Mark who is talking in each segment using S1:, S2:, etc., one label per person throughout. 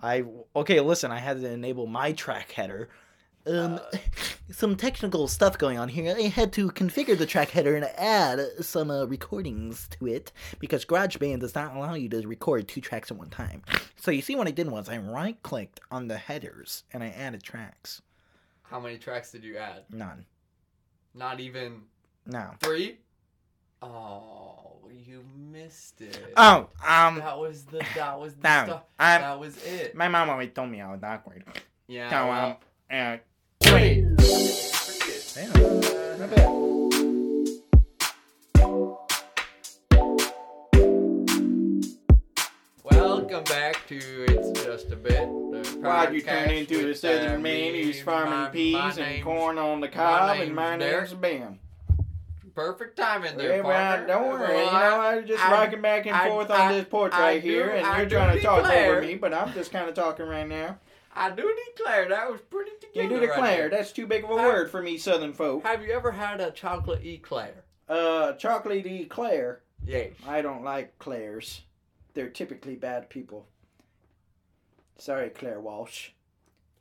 S1: I okay, listen, I had to enable my track header. Um,
S2: Uh.
S1: some technical stuff going on here. I had to configure the track header and add some uh, recordings to it because GarageBand does not allow you to record two tracks at one time. So you see, what I did was I right clicked on the headers and I added tracks.
S2: How many tracks did you add?
S1: None.
S2: Not even
S1: No.
S2: three? Oh, you missed it.
S1: Oh, um,
S2: That was the that was the
S1: no,
S2: stuff.
S1: I-
S2: that was it.
S1: my mom always told me I was awkward.
S2: Yeah.
S1: So
S2: well,
S1: um, uh,
S2: wait.
S1: damn, not bad.
S2: Welcome back to It's Just a Bit. the
S1: Why'd you turn
S2: podcast
S1: into the
S2: with,
S1: southern
S2: uh,
S1: man
S2: me,
S1: who's
S2: my-
S1: farming
S2: my
S1: peas and
S2: name's-
S1: corn on the
S2: my
S1: cob and my
S2: name's Derek.
S1: name's Ben?
S2: Perfect timing there,
S1: Yeah, well,
S2: partner.
S1: don't worry.
S2: Well,
S1: you know,
S2: I-
S1: I was just
S2: I-
S1: rocking back and
S2: I-
S1: forth
S2: I-
S1: on this porch
S2: I
S1: right
S2: do-
S1: here, and
S2: I
S1: you're
S2: do
S1: trying to talk
S2: declare-
S1: over me, but I'm just kind of talking right now.
S2: I do declare that was pretty
S1: You
S2: together.
S1: do
S2: right
S1: declare.
S2: there.
S1: That's too big of a
S2: I-
S1: word for me, southern folk.
S2: Have you ever had a chocolate eclair?
S1: Uh, chocolate eclair.
S2: Yes.
S1: I don't like Claires. They're typically bad people. Sorry, Claire Walsh.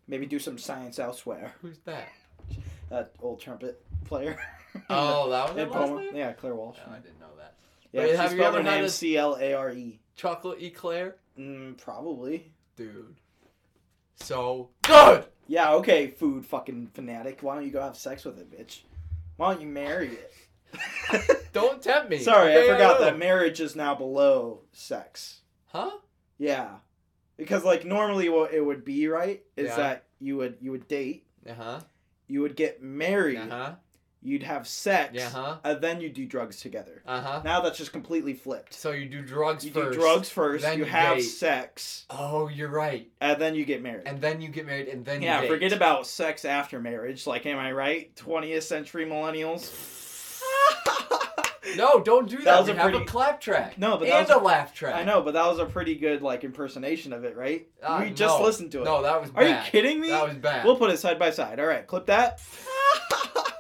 S1: Maybe do some science elsewhere.
S2: Who's that?
S1: That old trumpet player.
S2: Oh, that was
S1: Hey,
S2: her last
S1: Palmer.
S2: name?
S1: Yeah, Claire Walsh.
S2: Oh, I didn't know that.
S1: Yeah,
S2: Wait,
S1: she
S2: have you
S1: spelled her
S2: ever had
S1: name
S2: a-
S1: C L A R E.
S2: Chocolate eclair?
S1: Mm, probably.
S2: Dude. So good!
S1: Yeah, okay, food fucking fanatic. Why don't you go have sex with it, bitch? Why don't you marry it?
S2: Don't tempt me.
S1: Sorry,
S2: Okay,
S1: I forgot
S2: will.
S1: that marriage is now below sex.
S2: Huh?
S1: Yeah. Because like normally what it would be, right, is
S2: Yeah.
S1: that you would you would date,
S2: Uh huh.
S1: you would get married,
S2: Uh huh.
S1: you'd have sex,
S2: Yeah, huh?
S1: and then you do drugs together.
S2: Uh huh.
S1: Now that's just completely flipped.
S2: So you do drugs
S1: You
S2: first.
S1: do drugs first,
S2: then
S1: you
S2: you
S1: have
S2: date.
S1: sex,
S2: Oh, you're right.
S1: and then you get married.
S2: And then you get married, and then
S1: yeah,
S2: you date.
S1: forget about sex after marriage. Like, am I right? 20th century millennials.
S2: No, don't do that.
S1: That was a
S2: we have
S1: pretty-
S2: a clap track.
S1: No, but that
S2: and
S1: was-
S2: a laugh track.
S1: I know, but that was a pretty good like impersonation of it, right?
S2: Ah,
S1: we just
S2: no.
S1: listened to it.
S2: No, that was
S1: Are
S2: bad.
S1: you kidding me?
S2: That was bad.
S1: We'll put it side by side. All right, clip that.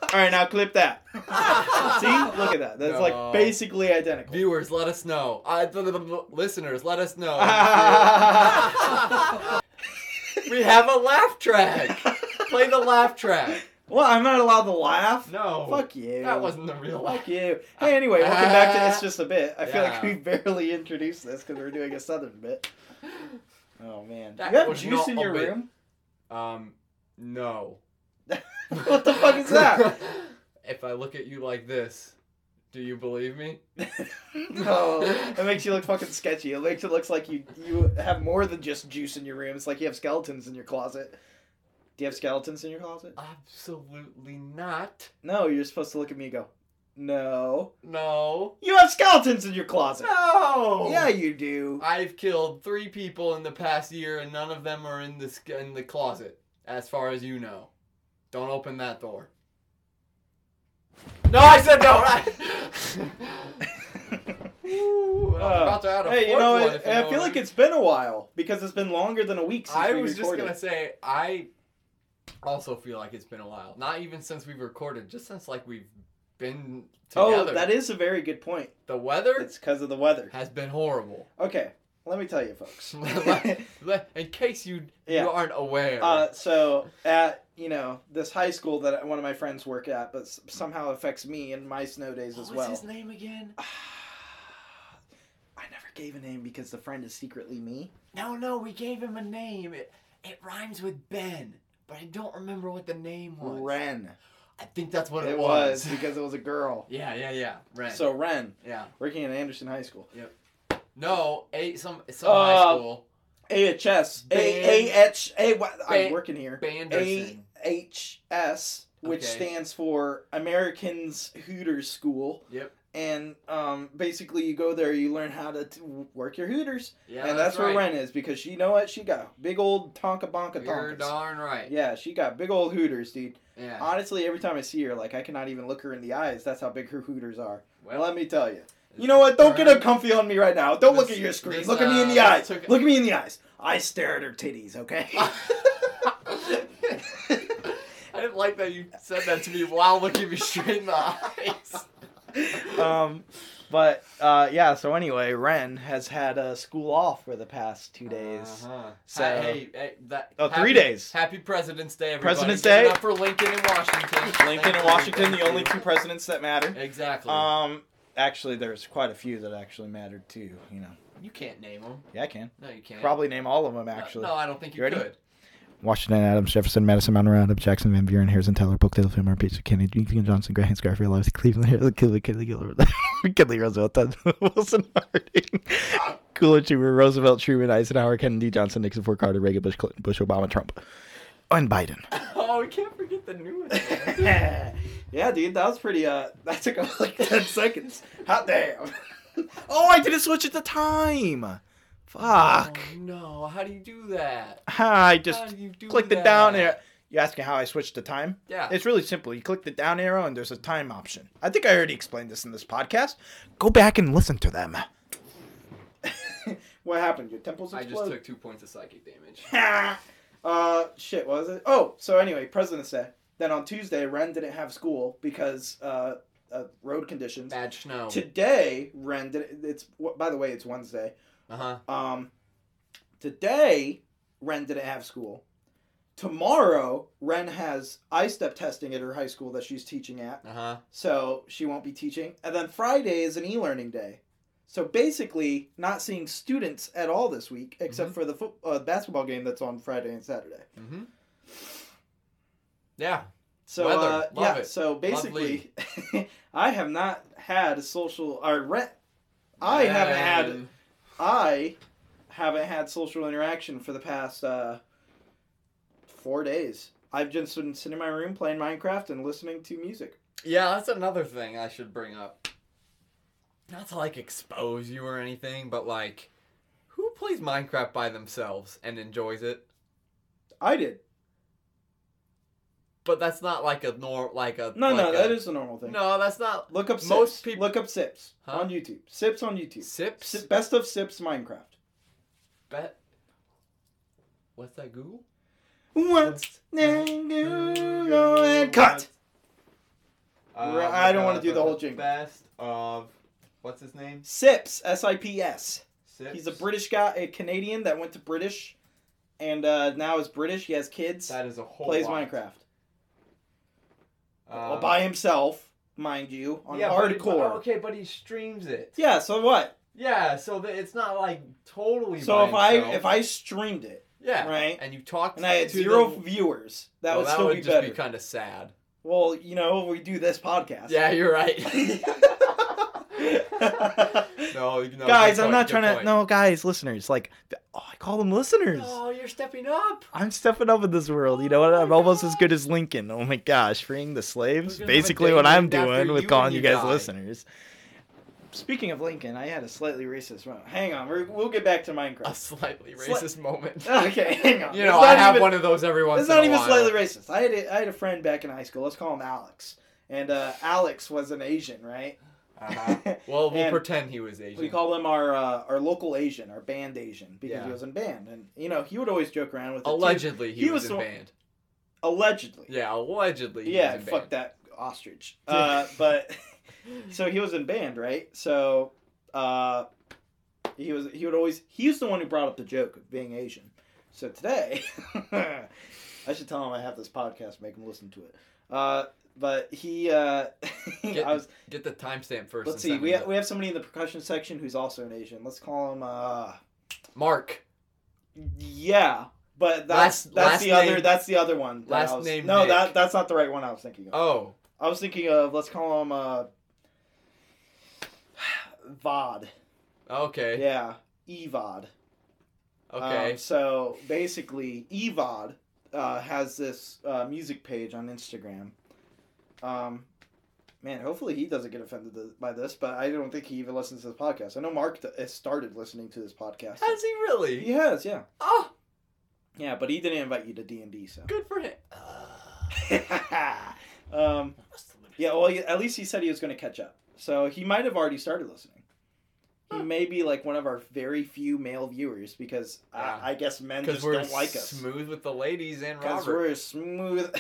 S1: All right, now clip that. See, look at that. That's
S2: No.
S1: like basically identical.
S2: Viewers, let us know. Uh, blah, blah, blah, blah. listeners, let us know. we have a laugh track. Play the laugh track.
S1: well, I'm not allowed to laugh.
S2: No,
S1: Fuck you.
S2: that wasn't the real laugh.
S1: Fuck you. Hey, anyway, welcome back to
S2: Ah.
S1: It's Just a Bit. I feel like
S2: Yeah.
S1: we barely introduced this because we're doing a southern bit. Oh man,
S2: That
S1: you have
S2: was
S1: juice
S2: not
S1: in
S2: a
S1: your
S2: bit.
S1: room?
S2: Um, no.
S1: What the fuck is that?
S2: if I look at you like this, do you believe me?
S1: no, it makes you look fucking sketchy. It makes it looks like you you have more than just juice in your room. It's like you have skeletons in your closet. Do you have skeletons in your closet?
S2: Absolutely not.
S1: No, you're supposed to look at me and go, no.
S2: No.
S1: You have skeletons in your closet.
S2: No.
S1: Yeah, you do.
S2: I've killed three people in the past year, and none of them are in the sk- in the closet, as far as you know. Don't open that door. No, I said no. I- Ooh, I was
S1: Uh,
S2: about to add a
S1: hey, you
S2: fourth
S1: know,
S2: one,
S1: it,
S2: if you
S1: I
S2: know
S1: feel
S2: what
S1: like
S2: mean.
S1: it's been a while because it's been longer than a week since
S2: I
S1: we
S2: was just
S1: recorded.
S2: gonna say I also feel like it's been a while. Not even since we've recorded, just since like we've been together.
S1: Oh, that is a very good point.
S2: the weather
S1: It's because of the weather.
S2: has been horrible.
S1: Okay, let me tell you, folks.
S2: In case you
S1: Yeah.
S2: you aren't aware.
S1: Uh, so at you know this high school that one of my friends work at, but s- somehow affects me and my snow days as
S2: What's
S1: well.
S2: his name again?
S1: I never gave a name because the friend is secretly me.
S2: No, no, we gave him a name. It, it rhymes with Ben, but I don't remember what the name was.
S1: Ren.
S2: I think that's what it,
S1: it
S2: was.
S1: was because it was a girl.
S2: yeah, yeah, yeah. Ren.
S1: So Ren,
S2: yeah.
S1: working at Anderson High School.
S2: No, eight some some
S1: Uh,
S2: high school.
S1: AHS.
S2: Ban-
S1: A A H A Y. I'm
S2: Ban-
S1: working here.
S2: Banderson.
S1: AHS, which
S2: Okay.
S1: stands for Americans Hooters School.
S2: Yep.
S1: And um, basically, you go there, you learn how to t- work your Hooters.
S2: Yeah,
S1: and that's, where
S2: right.
S1: Ren is because she, you know what? She got big old Tonka Bonka
S2: You're
S1: Tonkas.
S2: darn right.
S1: Yeah, she got big old Hooters, dude.
S2: Yeah.
S1: Honestly, every time I see her, like, I cannot even look her in the eyes. That's how big her Hooters are.
S2: Well,
S1: Let me tell you. You know what? Don't get a comfy on me right now. Don't look
S2: This-
S1: at your screen.
S2: this,
S1: look at me in the
S2: uh,
S1: eyes.
S2: took-
S1: Look at me in the eyes. I stare at her titties, okay?
S2: I didn't like that you said that to me while looking me straight in the eyes.
S1: um, But uh, yeah, so anyway, Ren has had a school off for the past two days.
S2: Uh-huh.
S1: So-
S2: Ha- hey, hey, that,
S1: Oh,
S2: happy,
S1: three days.
S2: Happy President's Day, everybody.
S1: President's
S2: Give it
S1: Day.
S2: up for Lincoln and Washington.
S1: Lincoln
S2: Uh-huh. Thank
S1: and
S2: you,
S1: Washington,
S2: thank
S1: the only
S2: you.
S1: two presidents that matter.
S2: Exactly.
S1: Um, actually, there's quite a few that actually mattered too. You know,
S2: you can't name them.
S1: yeah, I can
S2: No, you can't.
S1: probably name all of them
S2: No-
S1: actually.
S2: No, I don't think you,
S1: You ready?
S2: could.
S1: Washington, Adams, Jefferson, Madison, Mount Roundup, Jackson, Van Buren, Harrison, Taylor, Polk, Taylor, Fillmore, Pizza, Kennedy, Lincoln, Johnson, Grant, Garfield, Lewis, Cleveland, Harrison, Kinley, Kinley, Gilbert, Kinley, Roosevelt, Tubman, Wilson, Harding, Coolidge, Hoover, Roosevelt, Truman, Eisenhower, Kennedy, Johnson, Nixon, Ford, Carter, Reagan, Bush, Clinton, Bush, Obama, Trump, and Biden.
S2: Oh, we can't forget the new one.
S1: yeah, dude, that was pretty. Uh, that took about like ten seconds. Hot damn! oh, I didn't switch at the time. Fuck!
S2: Oh, no, how do you do that?
S1: I
S2: how
S1: just
S2: do you do
S1: click the
S2: that? Ah.
S1: down arrow. You asking how I switched the time?
S2: Yeah.
S1: It's really simple. You click the down arrow and there's a time option. I think I already explained this in this podcast. Go back and listen to them. what happened? Your temples
S2: I just took two points of psychic damage.
S1: uh, shit, what was it? Oh, so anyway, President's Day. Then on Tuesday, Ren didn't have school because uh, of road conditions.
S2: Bad snow.
S1: Today, Ren did. It's by the way, it's Wednesday.
S2: Uh huh.
S1: Um, today, Ren didn't have school. Tomorrow, Ren has I step testing at her high school that she's teaching at,
S2: Uh huh.
S1: so she won't be teaching. And then Friday is an e learning day. So basically, not seeing students at all this week,
S2: Mhm.
S1: except for the foot uh, basketball game that's on Friday and Saturday.
S2: Mm-hmm. Yeah.
S1: So
S2: Weather.
S1: uh,
S2: Love
S1: yeah,
S2: it.
S1: so basically, I have not had a social or rent. I haven't had
S2: Man.
S1: I haven't had social interaction for the past uh, four days. I've just been sitting in my room playing Minecraft and listening to music.
S2: Yeah, that's another thing I should bring up. Not to like expose you or anything, but like, who plays Minecraft by themselves and enjoys it?
S1: I did.
S2: But that's not like a nor like a
S1: No,
S2: like
S1: no,
S2: a,
S1: that is the normal thing.
S2: no, that's not
S1: Look up Sips.
S2: Most peop-
S1: Look up Sips
S2: Huh?
S1: on YouTube. Sips on YouTube.
S2: sips.
S1: Sip, best of Sips Minecraft.
S2: Bet. What's that? Google.
S1: Once and you go and cut. Right, I don't wanna do the whole jingle.
S2: Uh, Best of what's his name?
S1: Sips. S I P S.
S2: Sips.
S1: He's a British guy, a Canadian that went to British, and uh, now is British. He has kids.
S2: That is a whole.
S1: plays
S2: lot.
S1: Minecraft.
S2: Um,
S1: by himself, mind you, on
S2: yeah, but he-
S1: hardcore.
S2: but- okay, but he streams it.
S1: Yeah, so what?
S2: Yeah, so that it's not like totally.
S1: So
S2: by
S1: if I
S2: himself.
S1: if I streamed it,
S2: yeah,
S1: right,
S2: and you talked
S1: and I had
S2: to
S1: zero
S2: them-
S1: viewers, that
S2: well,
S1: would still be
S2: just
S1: better.
S2: be kind of sad.
S1: Well, you know, we do this podcast.
S2: Yeah, you're right. no, no,
S1: guys,
S2: good
S1: I'm
S2: point,
S1: not
S2: good
S1: trying to.
S2: point.
S1: No, guys, listeners, like, oh, I call them listeners.
S2: No, Oh, you're stepping up.
S1: I'm stepping up in this world. You know
S2: Oh
S1: what?
S2: my
S1: I'm almost as
S2: God.
S1: good as Lincoln. Oh my gosh, freeing the slaves.
S2: We're gonna have a
S1: Basically,
S2: day
S1: what I'm
S2: named after
S1: doing
S2: you
S1: with
S2: when
S1: calling you
S2: you
S1: guys
S2: die.
S1: listeners. Speaking of Lincoln, I had a slightly racist moment. Hang on, we're, we'll get back to
S2: A
S1: Minecraft.
S2: slightly
S1: Sli-
S2: racist moment.
S1: okay, hang on.
S2: You
S1: It's
S2: know,
S1: not
S2: I have
S1: even-
S2: one of those every once
S1: It's
S2: in
S1: not
S2: a
S1: even
S2: while.
S1: slightly racist. I had a, I had a friend back in high school. Let's call him Alex. And uh, Alex was an Asian, right?
S2: Uh-huh. Well, we'll
S1: And
S2: pretend he was Asian.
S1: we call him our uh, our local Asian, our band Asian, because he
S2: Yeah.
S1: was in band. And you know, he would always joke around with it, too.
S2: allegedly, he,
S1: He
S2: was,
S1: was
S2: in
S1: the-
S2: band.
S1: allegedly.
S2: Yeah, allegedly. He
S1: Yeah,
S2: was in
S1: fuck
S2: band.
S1: that ostrich. Uh, but so he was in band, right? So uh, he was he would always he was the one who brought up the joke of being Asian. So today, I should tell him I have this podcast, make him listen to it. Uh, but he, uh,
S2: Get-
S1: I was.
S2: Get the timestamp first.
S1: Let's
S2: and
S1: see,
S2: send
S1: we
S2: him
S1: have, we have somebody in the percussion section who's also an Asian. Let's call him. Uh,
S2: the- Mark.
S1: yeah, but that's
S2: Last-
S1: that's
S2: last
S1: the
S2: name-
S1: other that's the other one. that I
S2: last
S1: was-
S2: name
S1: No,
S2: Nick.
S1: that that's not the right one I was thinking of.
S2: Oh,
S1: I was thinking of let's call him uh VOD.
S2: okay.
S1: Yeah. EVOD.
S2: Okay.
S1: Um, so basically EVOD uh, has this uh, music page on Instagram. Um Man, hopefully he doesn't get offended th- by this, but I don't think he even listens to this podcast. I know Mark th- has started listening to this podcast.
S2: Has he really?
S1: He has, yeah,
S2: Oh,
S1: yeah, but he didn't invite you to D and D, so.
S2: good for him.
S1: um, Yeah, well, he- at least he said he was going to catch up. So he might have already started listening. He
S2: Huh.
S1: may be like one of our very few male viewers because uh,
S2: Yeah.
S1: I, I guess men
S2: Because
S1: just
S2: we're
S1: don't like us.
S2: smooth with the ladies and
S1: Because
S2: Robert.
S1: we're smooth.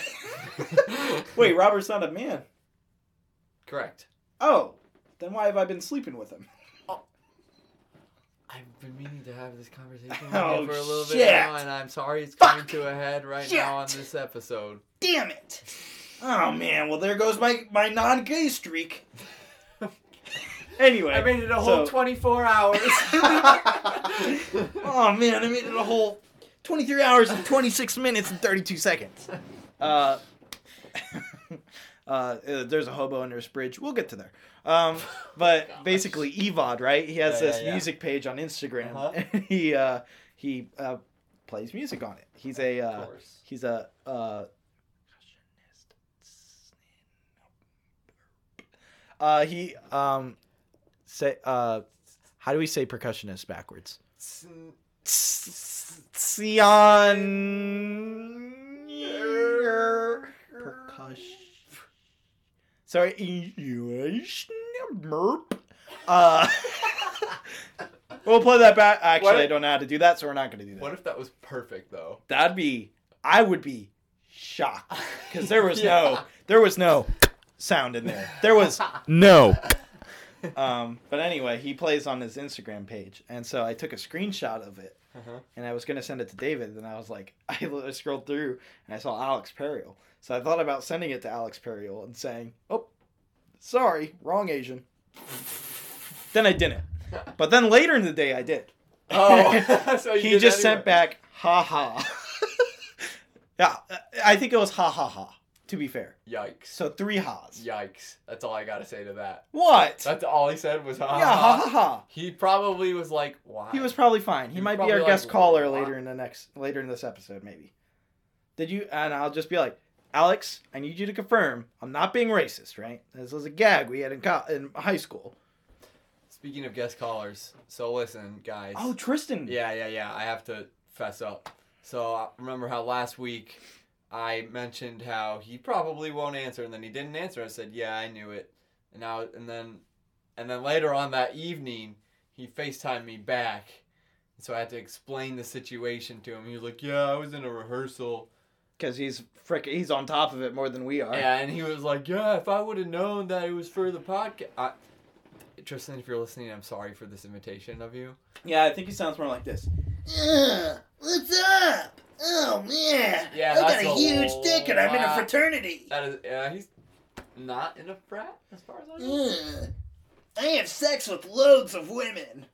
S1: Wait, Robert's not a man.
S2: Correct.
S1: Oh,
S3: Then why have I been sleeping with him?
S2: I've been meaning to have this conversation with
S3: Oh,
S2: you for a little
S3: shit.
S2: bit now, and I'm sorry it's
S3: Fuck.
S2: coming to a head right
S3: Shit.
S2: now on this episode.
S3: Damn it! Oh man, well there goes my my non-gay streak. anyway,
S2: I made it a whole
S3: so-
S2: 24 hours.
S3: Oh man, I made it a whole.
S1: 23 hours and 26 minutes and 32 seconds. Uh, uh, there's a hobo under his bridge. We'll get to there. Um, but
S2: Gosh.
S1: basically, Evod, right? He has
S2: Yeah,
S1: this
S2: yeah, yeah.
S1: music page on Instagram.
S2: Uh-huh.
S1: And he uh, he uh, plays music on it. He's a
S2: Of
S1: uh,
S2: course.
S1: he's a uh, uh, he um say uh how do we say percussionist backwards?
S2: Sn-
S1: Sion percussion. Sorry, intuition merp. Uh, we'll play that back. Actually,
S2: What-
S1: I don't know how to do that, so we're not going to do that.
S2: What if that was perfect though?
S1: That'd be. I would be shocked because there was no
S2: Yeah.
S1: there was no sound in there. There was no.
S2: Uh-huh.
S1: Um, but anyway, he plays on his Instagram page, and so I took a screenshot of it
S2: Uh-huh.
S1: and I was gonna send it to David. Then I was like, I l- scrolled through and I saw Alex Periel, so I thought about sending it to Alex Periel and saying, "Oh, sorry, wrong Asian." then I didn't, but then later in the day I did.
S2: Oh, so you
S1: he
S2: did
S1: just
S2: anyway.
S1: sent back, "Ha ha." yeah, I think it was "ha ha ha." To be fair,
S2: Yikes!
S1: so three ha's.
S2: Yikes! That's all I gotta say to that.
S1: What?
S2: That's all he said was ha.
S1: yeah, ha ha ha.
S2: He probably was like, why?
S1: He was probably fine. He,
S2: He was
S1: might be
S2: probably
S1: our
S2: like,
S1: guest caller
S2: "Why?"
S1: later in the next later in this episode, maybe. Did you? And I'll just be like, Alex, I need you to confirm I'm not being racist, right? This was a gag we had in co- in high school.
S2: Speaking of guest callers, so listen, guys.
S1: Oh, Tristan.
S2: Yeah, yeah, yeah. I have to fess up. So uh, remember how last week I mentioned how he probably won't answer, and then he didn't answer. I said, "Yeah, I knew it." And now, and then, and then later on that evening, he Facetimed me back, and so I had to explain the situation to him. He was like, "Yeah, I was in a rehearsal."
S1: Because he's frick. He's on top of it more than we are.
S2: Yeah, and he was like, "Yeah, if I would have known that it was for the podcast." I, Tristan, if you're listening, I'm sorry for this imitation of you.
S3: Yeah, I think he sounds more like this.
S1: Ugh, what's up? Oh man.
S2: Yeah, that's a lot.
S1: fraternity.
S2: That is, yeah, he's not in a frat, as far as I know.
S1: Ugh, I have sex with loads of women.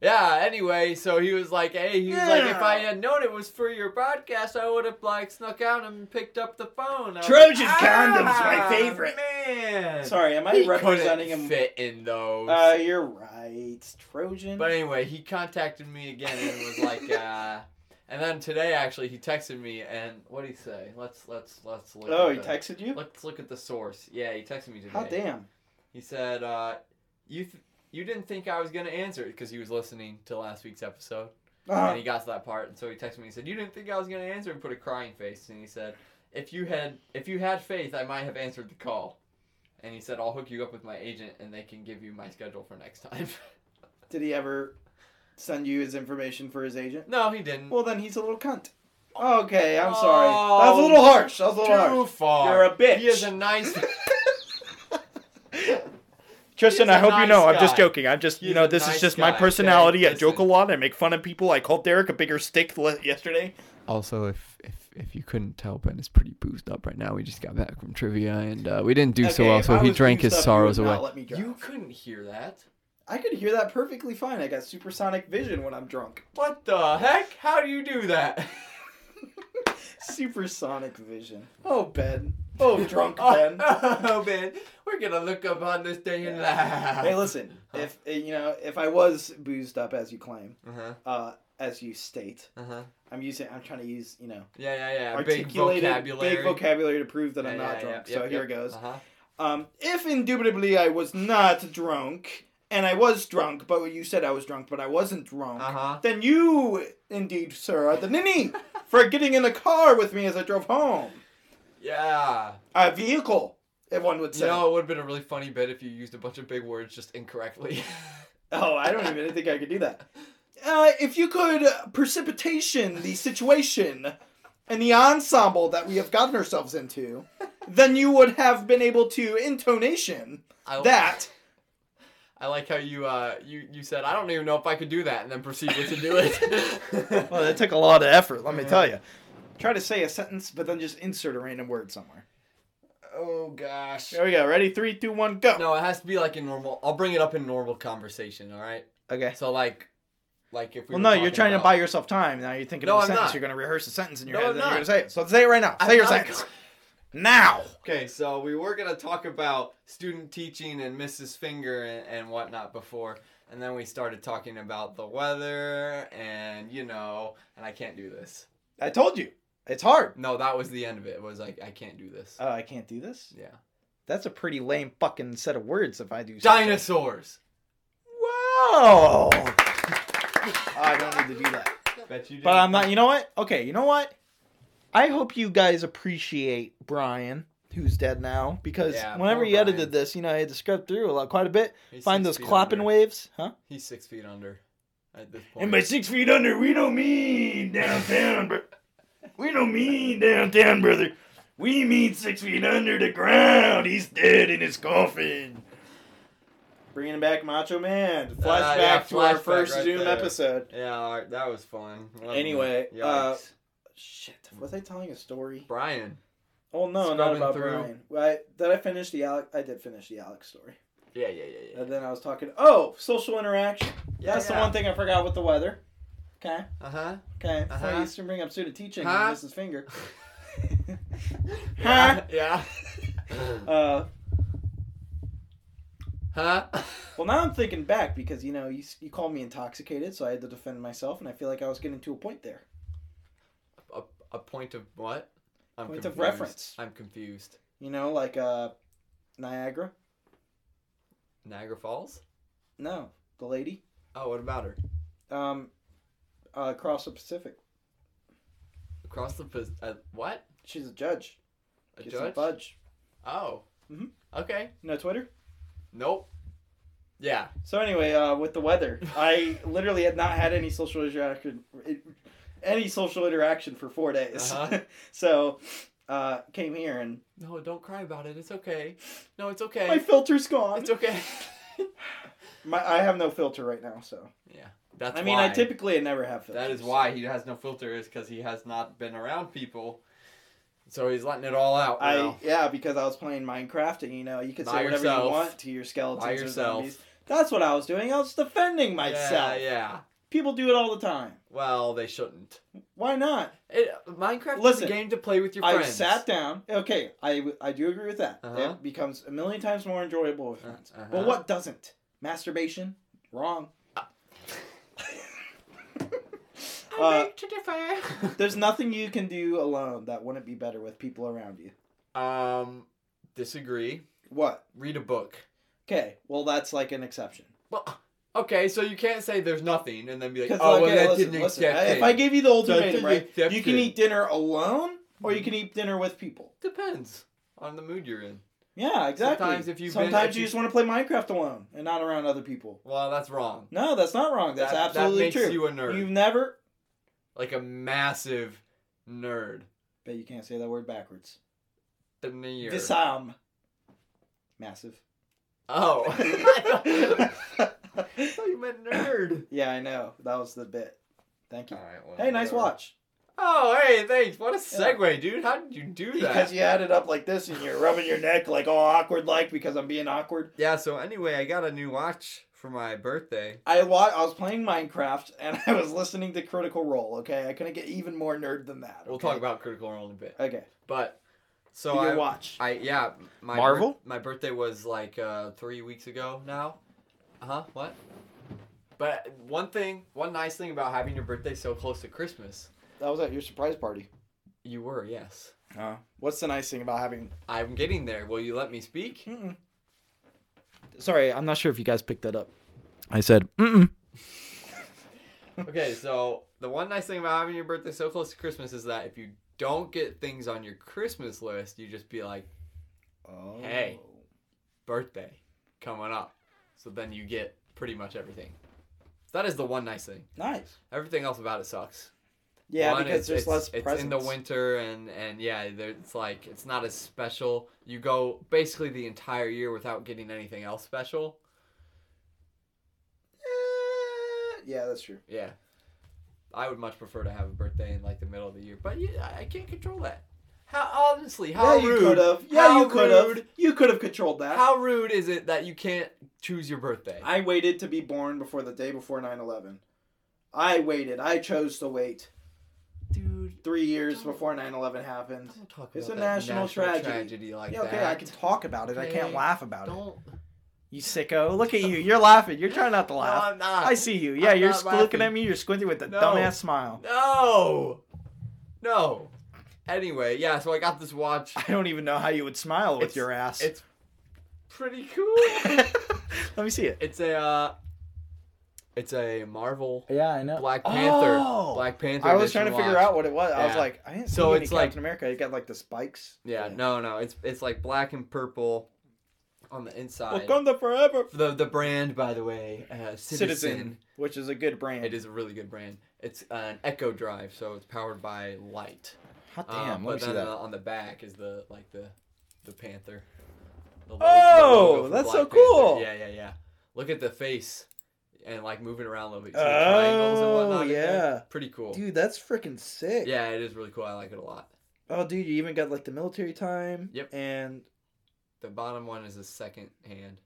S2: Yeah. Anyway, so he was like, "Hey, he was like, if I
S1: Yeah.
S2: had known it was for your podcast, I would have like snuck out and picked up the phone." I was
S3: Trojan
S2: like,
S3: condoms,
S1: my
S2: "Ah,
S3: favorite."
S2: Man,
S3: Sorry, am I
S2: he
S3: representing
S2: couldn't
S3: him?
S2: fit in those.
S3: Uh, you're right, Trojan.
S2: But anyway, he contacted me again and was like, uh, and then today actually he texted me and what did he say? Let's let's let's look.
S3: oh,
S2: at
S3: he
S2: the-
S3: texted you.
S2: Let's look at the source. Yeah, he texted me today.
S3: Hot damn.
S2: He said, uh, "You th- you didn't think I was gonna answer it because he was listening to last week's episode and
S3: Uh,
S2: he got to that part, and so he texted me. He said, "You didn't think I was gonna answer?" and put a crying face. And he said, "If you had if you had faith, I might have answered the call." And he said, "I'll hook you up with my agent, and they can give you my schedule for next time."
S3: did he ever send you his information for his agent?
S2: no, he didn't.
S3: Well, then he's a little cunt. Okay, I'm sorry.
S2: Oh.
S3: That was a little harsh. That was a little harsh.
S2: Too far.
S3: You're a bitch.
S2: He is a nice.
S1: Tristan,
S2: He's a
S1: I hope you
S2: nice
S1: know. I'm just
S2: guy.
S1: joking. I'm just,
S2: He's
S1: you know,
S2: a
S1: this
S2: nice
S1: is just my
S2: guy,
S1: personality.
S2: okay?
S1: I joke a
S2: Listen.
S1: lot. I make fun of people. I called Derek a bigger stick le- yesterday.
S2: Also, if, if if you couldn't tell, Ben is pretty boozed up right now. We just got back from trivia, and uh, we didn't do so
S3: Okay,
S2: well,
S3: if
S2: so
S3: I
S2: he
S3: was
S2: drank
S3: doing
S2: his
S3: stuff, you
S2: sorrows
S3: would not
S2: away.
S3: let me drive.
S2: You couldn't hear that.
S3: I could hear that perfectly fine. I got supersonic vision when I'm drunk.
S2: What the heck? How do you do that?
S3: Supersonic vision. Oh, Ben. Oh, drunk
S2: oh,
S3: Ben.
S2: oh, Ben, we're gonna look up on this day and laugh.
S3: hey, listen. If uh, you know, if I was boozed up as you claim,
S2: Uh huh.
S3: uh, as you state,
S2: Uh huh.
S3: I'm using. I'm trying to use you know
S2: Yeah, yeah, yeah. Big
S3: articulated
S2: vocabulary.
S3: big vocabulary to prove that
S2: Yeah,
S3: I'm
S2: yeah,
S3: not
S2: yeah,
S3: drunk.
S2: yep,
S3: so here
S2: yep.
S3: goes.
S2: Uh-huh.
S3: Um, if indubitably I was not drunk, and I was drunk, but you said I was drunk, but I wasn't drunk,
S2: Uh-huh.
S3: then you, indeed, sir, are the ninny for getting in a car with me as I drove home.
S2: Yeah.
S3: A vehicle, if one would
S2: You
S3: say.
S2: know, it would have been a really funny bit if you used a bunch of big words just incorrectly.
S3: Oh, I don't even think I could do that. Uh, if you could uh, precipitation the situation and the ensemble that we have gotten ourselves into
S1: than you would have been able to intonation
S2: I,
S1: that.
S2: I like how you uh you you said I don't even know if I could do that, and then proceeded to do it.
S4: Well, that took a lot of effort, let me tell you.
S1: Try to say a sentence, but then just insert a random word somewhere.
S2: oh gosh.
S1: There we go. Ready? Three, two, one, go.
S2: No, it has to be like in normal. I'll bring it up in normal conversation. All right.
S4: Okay.
S2: So like, like if we.
S1: Well,
S2: were
S1: no, you're
S2: talking
S1: trying to
S2: about-
S1: buy yourself time. Now you're thinking
S2: No,
S1: of a
S2: I'm
S1: sentence.
S2: not.
S1: You're going to rehearse a sentence in your
S2: No,
S1: head,
S2: I'm
S1: and then you're going
S2: not.
S1: to say it. So say it right now.
S2: I'm
S1: say your
S2: not-
S1: sentence. Now!
S2: Okay, so we were gonna talk about student teaching and Mrs. Finger and, and whatnot before, and then we started talking about the weather and you know, and I can't do this.
S1: I told you. It's hard.
S2: No, that was the end of it. It was like I can't do this.
S1: Oh, I can't do this?
S2: Yeah.
S1: That's a pretty lame fucking set of words if I do something.
S2: Dinosaurs.
S1: Wow! I don't need to do that.
S2: Bet you.
S4: But I'm not. You know what? Okay. You know what? I hope you guys appreciate Brian, who's dead now, because
S2: Yeah,
S4: whenever
S2: poor
S4: he edited
S2: Brian.
S4: this, you know, I had to scrub through a lot, quite a bit,
S2: He's
S4: find
S2: six
S4: those
S2: feet
S4: clapping
S2: under.
S4: waves, huh?
S2: He's six feet under. At this point.
S1: And by six feet under, we don't mean downtown, bro. We don't mean downtown, brother. We mean six feet under the ground. He's dead in his coffin. Bringing back Macho Man. Uh, Flashback
S2: yeah,
S1: to our
S2: flashback
S1: first
S2: right
S1: Zoom
S2: there.
S1: episode.
S2: yeah, all right, that was fun. Wasn't
S1: Anyway,
S2: it?
S1: uh,
S2: Yikes.
S1: Shit, was I telling a story?
S2: Brian.
S1: Oh no, not
S2: Scrubbing
S1: about
S2: through.
S1: Brian. I, did I finish the Alec? I did finish the Alex story.
S2: Yeah, yeah, yeah, yeah.
S1: And then I was talking. Oh, social interaction.
S2: Yeah,
S1: That's
S2: yeah.
S1: the one thing I forgot with the weather. Okay,
S2: Uh huh.
S1: okay. That's how
S2: Uh-huh.
S1: you used to bring up student teaching
S2: Huh?
S1: and Mrs. Finger.
S2: Yeah. yeah.
S1: Uh,
S2: huh?
S1: well, now I'm thinking back because you know you you called me intoxicated, so I had to defend myself, and I feel like I was getting to a point there.
S2: a, a point of what? I'm
S1: Point of reference.
S2: I'm confused.
S1: You know, like uh, Niagara.
S2: Niagara Falls?
S1: No, the lady.
S2: Oh, what about her?
S1: Um, uh, across the Pacific.
S2: Across the Pas- uh, what?
S1: She's a judge.
S2: A
S1: She's
S2: judge?
S1: budge.
S2: Oh.
S1: Mhm.
S2: Okay.
S1: You know Twitter.
S2: Nope. Yeah.
S1: So anyway, uh, with the weather, I literally had not had any social interaction, any social interaction for four days.
S2: Uh-huh.
S1: so, uh, came here and
S2: No, don't cry about it. It's okay. No, it's okay.
S1: my filter's gone.
S2: It's okay.
S1: My, I have no filter right now, so
S2: yeah. That's
S1: I mean,
S2: why.
S1: I typically never have filters.
S2: That is why he has no filter, is because he has not been around people. So he's letting it all out.
S1: I
S2: now.
S1: yeah, because I was playing Minecraft, and you know you can
S2: By
S1: say whatever you
S2: yourself.
S1: want to your skeletons
S2: By
S1: or
S2: yourself.
S1: zombies. That's what I was doing. I was defending myself.
S2: Yeah, yeah.
S1: People do it all the time.
S2: Well, they shouldn't.
S1: Why not?
S2: It, Minecraft
S1: Listen,
S2: is a game to play with your
S1: I
S2: friends.
S1: sat down. Okay, I I do agree with that.
S2: Uh-huh.
S1: It becomes a million times more enjoyable with
S2: Uh,
S1: friends.
S2: uh-huh.
S1: But what doesn't? Masturbation? Wrong. uh,
S2: to differ.
S1: there's nothing you can do alone that wouldn't be better with people around you.
S2: Um, disagree.
S1: What?
S2: Read a book.
S1: Okay, well that's like an exception.
S2: Well, okay, so you can't say there's nothing and then be like,
S1: 'Cause,
S2: oh,
S1: okay,
S2: well, that
S1: listen,
S2: didn't
S1: listen,
S2: accept
S1: if
S2: it.
S1: I gave you the ultimatum,
S2: didn't
S1: right?
S2: accept
S1: You can
S2: it.
S1: eat dinner alone, or you can eat dinner with people.
S2: Depends on the mood you're in.
S1: Yeah, exactly.
S2: Sometimes if you've been-
S1: Sometimes
S2: if
S1: you
S2: you-
S1: just want to play Minecraft alone and not around other people.
S2: Well, that's wrong.
S1: No, that's not wrong. That's
S2: That- that
S1: absolutely
S2: makes
S1: true.
S2: you a nerd.
S1: You've never.
S2: Like a massive nerd.
S1: Bet you can't say that word backwards.
S2: The nerd.
S1: Disarm. Massive.
S2: oh. I thought you meant nerd.
S1: yeah, I know. That was the bit. Thank you.
S2: Alright, well,
S1: Hey, nice
S2: Oh, whatever.
S1: watch.
S2: Oh, hey, thanks. What a segue, dude. How did you do that?
S1: Because you had it up like this and you're rubbing your neck like all awkward like because I'm being awkward.
S2: Yeah, so anyway, I got a new watch for my birthday.
S1: I wa- I was playing Minecraft and I was listening to Critical Role, okay? I couldn't get even more nerd than that.
S2: We'll
S1: okay?
S2: talk about Critical Role in a bit.
S1: Okay.
S2: But so
S1: So your
S2: I
S1: watch.
S2: I yeah, my
S4: Marvel?
S2: birth- my birthday was like uh, three weeks ago now. Uh huh. What? But one thing, one nice thing about having your birthday so close to Christmas,
S1: that was at your surprise party.
S2: you were yes.
S1: Oh. What's the nice thing about having.
S2: I'm getting there. Will you let me speak?
S1: Mm-mm.
S4: Sorry, I'm not sure if you guys picked that up. I said, mm
S2: Okay. So the one nice thing about having your birthday so close to Christmas is that if you don't get things on your Christmas list, you just be like
S1: Oh.
S2: Hey. birthday coming up. So then you get pretty much everything. That is the one nice thing.
S1: Nice.
S2: Everything else about it sucks.
S1: Yeah,
S2: One,
S1: because
S2: it's,
S1: there's
S2: it's,
S1: less
S2: it's
S1: presence.
S2: in the winter and and yeah, there- it's like it's not as special. You go basically the entire year without getting anything else special.
S1: Eh, yeah, that's true.
S2: Yeah, I would much prefer to have a birthday in like the middle of the year, but yeah, I I can't control that. How honestly, how
S1: yeah, you
S2: rude!
S1: could have. Yeah,
S2: how
S1: you could have.
S2: rude-
S1: You could have controlled that.
S2: How rude is it that you can't choose your birthday?
S1: I waited to be born before the day before 9/11. I waited. I chose to wait
S2: Dude,
S1: three years before 9/11 happened.
S2: don't talk about
S1: It's a
S2: that
S1: national tragedy.
S2: like
S1: yeah, okay,
S2: that.
S1: I can talk about it. I can't
S2: Okay,
S1: laugh about it.
S2: don't.
S5: You sicko! Look at you. You're laughing. You're trying not to
S2: No,
S5: laugh.
S2: I'm not.
S5: I see you. Yeah,
S2: I'm
S5: you're
S2: not
S5: squ- looking at
S2: laughing.
S5: me. You're squinting with a
S2: No.
S5: dumbass smile.
S2: No. No. Anyway, yeah, so I got this watch.
S5: I don't even know how you would smile with
S2: It's-
S5: your ass.
S2: It's pretty cool.
S5: Let me see it.
S2: it's a uh it's a Marvel
S5: Yeah, I know.
S2: Black Panther.
S5: Oh!
S2: Black Panther.
S1: I was
S2: edition
S1: trying to figure
S2: watch.
S1: out what it was. I was
S2: Yeah.
S1: like, I didn't see
S2: So
S1: any
S2: it's
S1: Captain
S2: like-
S1: America. You got like the spikes.
S2: Yeah, no, no. It's it's like black and purple on the inside.
S1: to forever,
S2: the the brand by the way, uh,
S1: citizen,
S2: Citizen.
S1: which is a good brand.
S2: It is a really good brand. It's an Echo Drive, so it's powered by light.
S5: Hot
S2: Um,
S5: damn.
S2: but
S5: Let me see
S2: then
S5: that.
S2: uh, on the back is the like the the panther. The lo- the
S1: Oh,
S2: logo for
S1: that's
S2: Black
S1: so
S2: Panther.
S1: cool.
S2: Yeah, yeah, yeah. Look at the face and like moving around a little bit. You see the triangles and
S1: Oh
S2: whatnot in there?
S1: yeah,
S2: Pretty cool.
S1: dude, that's freaking sick.
S2: uh, Yeah, it is really cool. I like it a lot.
S1: Oh, dude, you even got like the military time.
S2: Yep.
S1: And
S2: The bottom one is the second hand.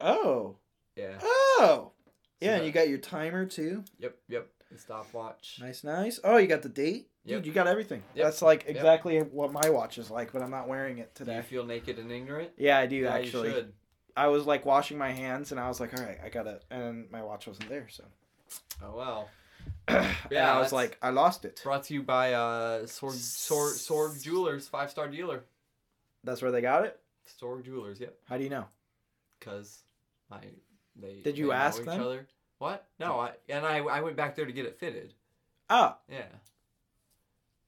S1: oh,
S2: Yeah.
S1: oh, yeah,
S2: So
S1: and you
S2: that-
S1: got your timer too.
S2: Yep, yep. The stopwatch.
S1: Nice, nice. Oh, you got the date,
S2: Yep.
S1: dude. You got everything.
S2: Yep.
S1: That's like exactly what my watch is like, but I'm not wearing it
S2: Do you
S1: today.
S2: feel naked and ignorant?
S1: Yeah, I do
S2: yeah,
S1: actually.
S2: You should.
S1: I was like washing my hands, and I was like, all right, I gotta, and my watch wasn't there, so.
S2: Oh wow.
S1: and I was
S2: that's-
S1: like, I lost it.
S2: Brought to you by uh Sword Sword Sword Jewelers, five star dealer.
S1: That's where they got it.
S2: Sword Jewelers, yep.
S1: How do you know?
S2: because I they
S1: Did you
S2: they know
S1: ask
S2: each
S1: them?
S2: other. What? No, I and I I went back there to get it fitted.
S1: Oh,
S2: Yeah,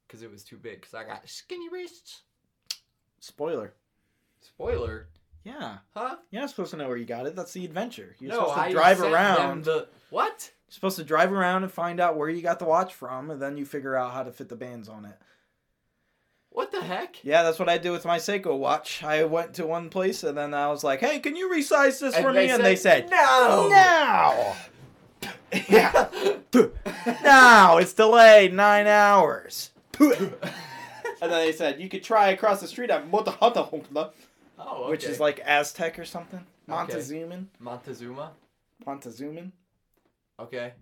S2: because it was too big. Because I got skinny wrists.
S1: spoiler.
S2: Spoiler,
S5: Yeah.
S2: huh?
S1: You're not supposed to know where you got it. That's the adventure. You're
S2: no,
S1: supposed to
S2: I
S1: drive
S2: sent them
S1: around.
S2: The what?
S1: You're supposed to drive around and find out where you got the watch from, and then you figure out how to fit the bands on it.
S2: What the heck?
S1: Yeah, that's what I did with my Seiko watch. I went to one place, and then I was like, "Hey, can you resize this
S2: And
S1: for
S2: they
S1: me?" and they said,
S2: said, "No."
S1: now." yeah, now it's delayed nine hours. and then they said, "You could try across the street at Motohata
S2: oh,
S1: which
S2: okay.
S1: is like Aztec or something.
S2: Okay.
S1: Montezuman,
S2: Montezuma.
S1: Montezuman.
S2: Okay.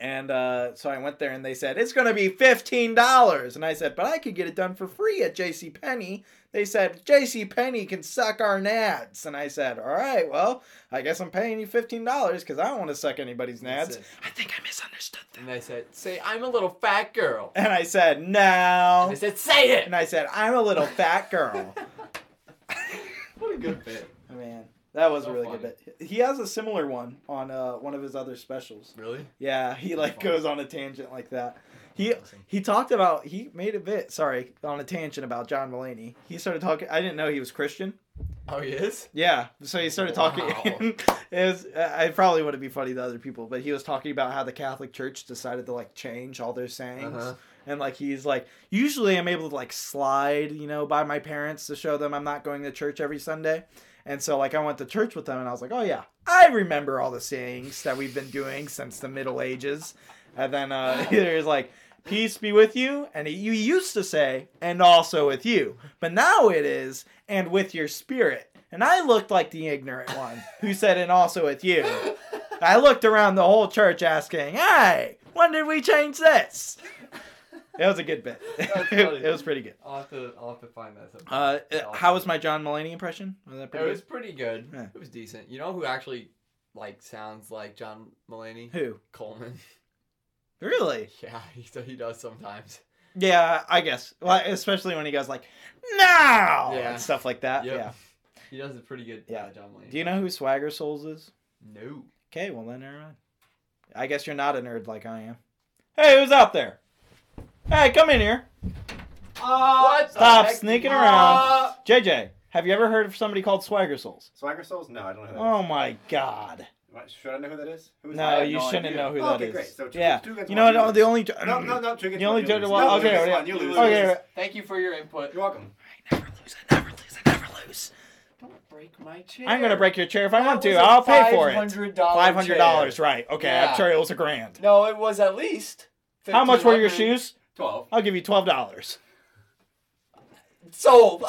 S1: And uh, so I went there and they said, it's going to be $15. And I said, but I could get it done for free at JCPenney. They said, JCPenney can suck our nads. And I said, all right, well, I guess I'm paying you $15 because I don't want to suck anybody's
S2: That's
S1: nads.
S2: it.
S1: I think I misunderstood them.
S2: And they said, "Say I'm a little fat girl."
S1: And I said,
S2: And
S1: no.
S2: they said, "Say it."
S1: And I said, I'm a little fat girl.
S2: What a good bit.
S1: Oh, Man, that was
S2: So
S1: a really good bit. He has a similar one on uh, one of his other specials.
S2: Really?
S1: Yeah, he like
S2: funny.
S1: goes on a tangent like that. He
S2: Awesome.
S1: he talked about he made a bit sorry on a tangent about John Mulaney. He started talking. I didn't know he was Christian.
S2: Oh, he is.
S1: Yeah, so he started talking. it was I it probably wouldn't be funny to other people, but he was talking about how the Catholic Church decided to like change all their sayings.
S2: Uh-huh.
S1: And like he's like, usually I'm able to like slide, you know, by my parents to show them I'm not going to church every Sunday. And so like I went to church with them and I was like, oh yeah, I remember all the sayings that we've been doing since the Middle Ages. And then uh, there's like, peace be with you. And he, you used to say, and also with you. But now it is, and with your spirit. And I looked like the ignorant one who said, and also with you. I looked around the whole church asking, hey, when did we change this? It was a good bit.
S2: That's funny.
S1: it was pretty good.
S2: I'll have to. I'll have to find that. sometime.
S1: Uh,
S2: I'll-
S1: how was my John Mulaney impression? Was that pretty
S2: It was
S1: good?
S2: pretty good.
S1: Yeah.
S2: It was decent. You know who actually like sounds like John Mulaney?
S1: Who?
S2: Coleman.
S1: Really?
S2: Yeah, he, so he does sometimes.
S1: Yeah, I guess. Well, especially when he goes like, now!
S2: Yeah.
S1: And stuff like that.
S2: Yep.
S1: Uh, Yeah.
S2: He does a pretty good.
S1: Yeah.
S2: uh, John Mulaney.
S1: Do you know who Swagger Souls is?
S2: No.
S1: Okay, well then never mind. I guess you're not a nerd like I am. Hey, who's out there? Hey, come in here.
S2: what?
S6: Uh,
S1: Stop sneaking around. JJ, have you ever heard of somebody called Swagger Souls?
S6: Swagger Souls? No, I don't know. who that is.
S1: Oh my god.
S6: Am I- Should I know who that is? Who is
S1: No,
S6: that? I have
S1: you shouldn't
S6: idea.
S1: know who
S6: oh,
S1: that
S6: okay,
S1: is.
S6: great. So two,
S1: Yeah.
S6: two against
S1: You know what?
S6: one,
S1: oh, The only
S6: No, no, no. Two against
S1: You
S6: one,
S1: only
S6: you
S1: did
S6: lose.
S1: one.
S6: No,
S1: Okay,
S6: two against
S1: yeah.
S6: one, You lose.
S1: Okay, right.
S2: Thank you for your input.
S6: You're welcome.
S7: I never lose. I never lose.
S2: Don't break my chair.
S1: I'm gonna break your chair if I want to. I'll pay for it.
S2: $500
S1: Five hundred dollars,
S2: chair.
S1: right? Okay,
S2: Yeah.
S1: I'm sure it was a grand.
S2: No, it was at least.
S1: How much were your
S2: 1500.
S1: shoes?
S6: Twelve.
S1: I'll give you twelve dollars.
S2: Sold.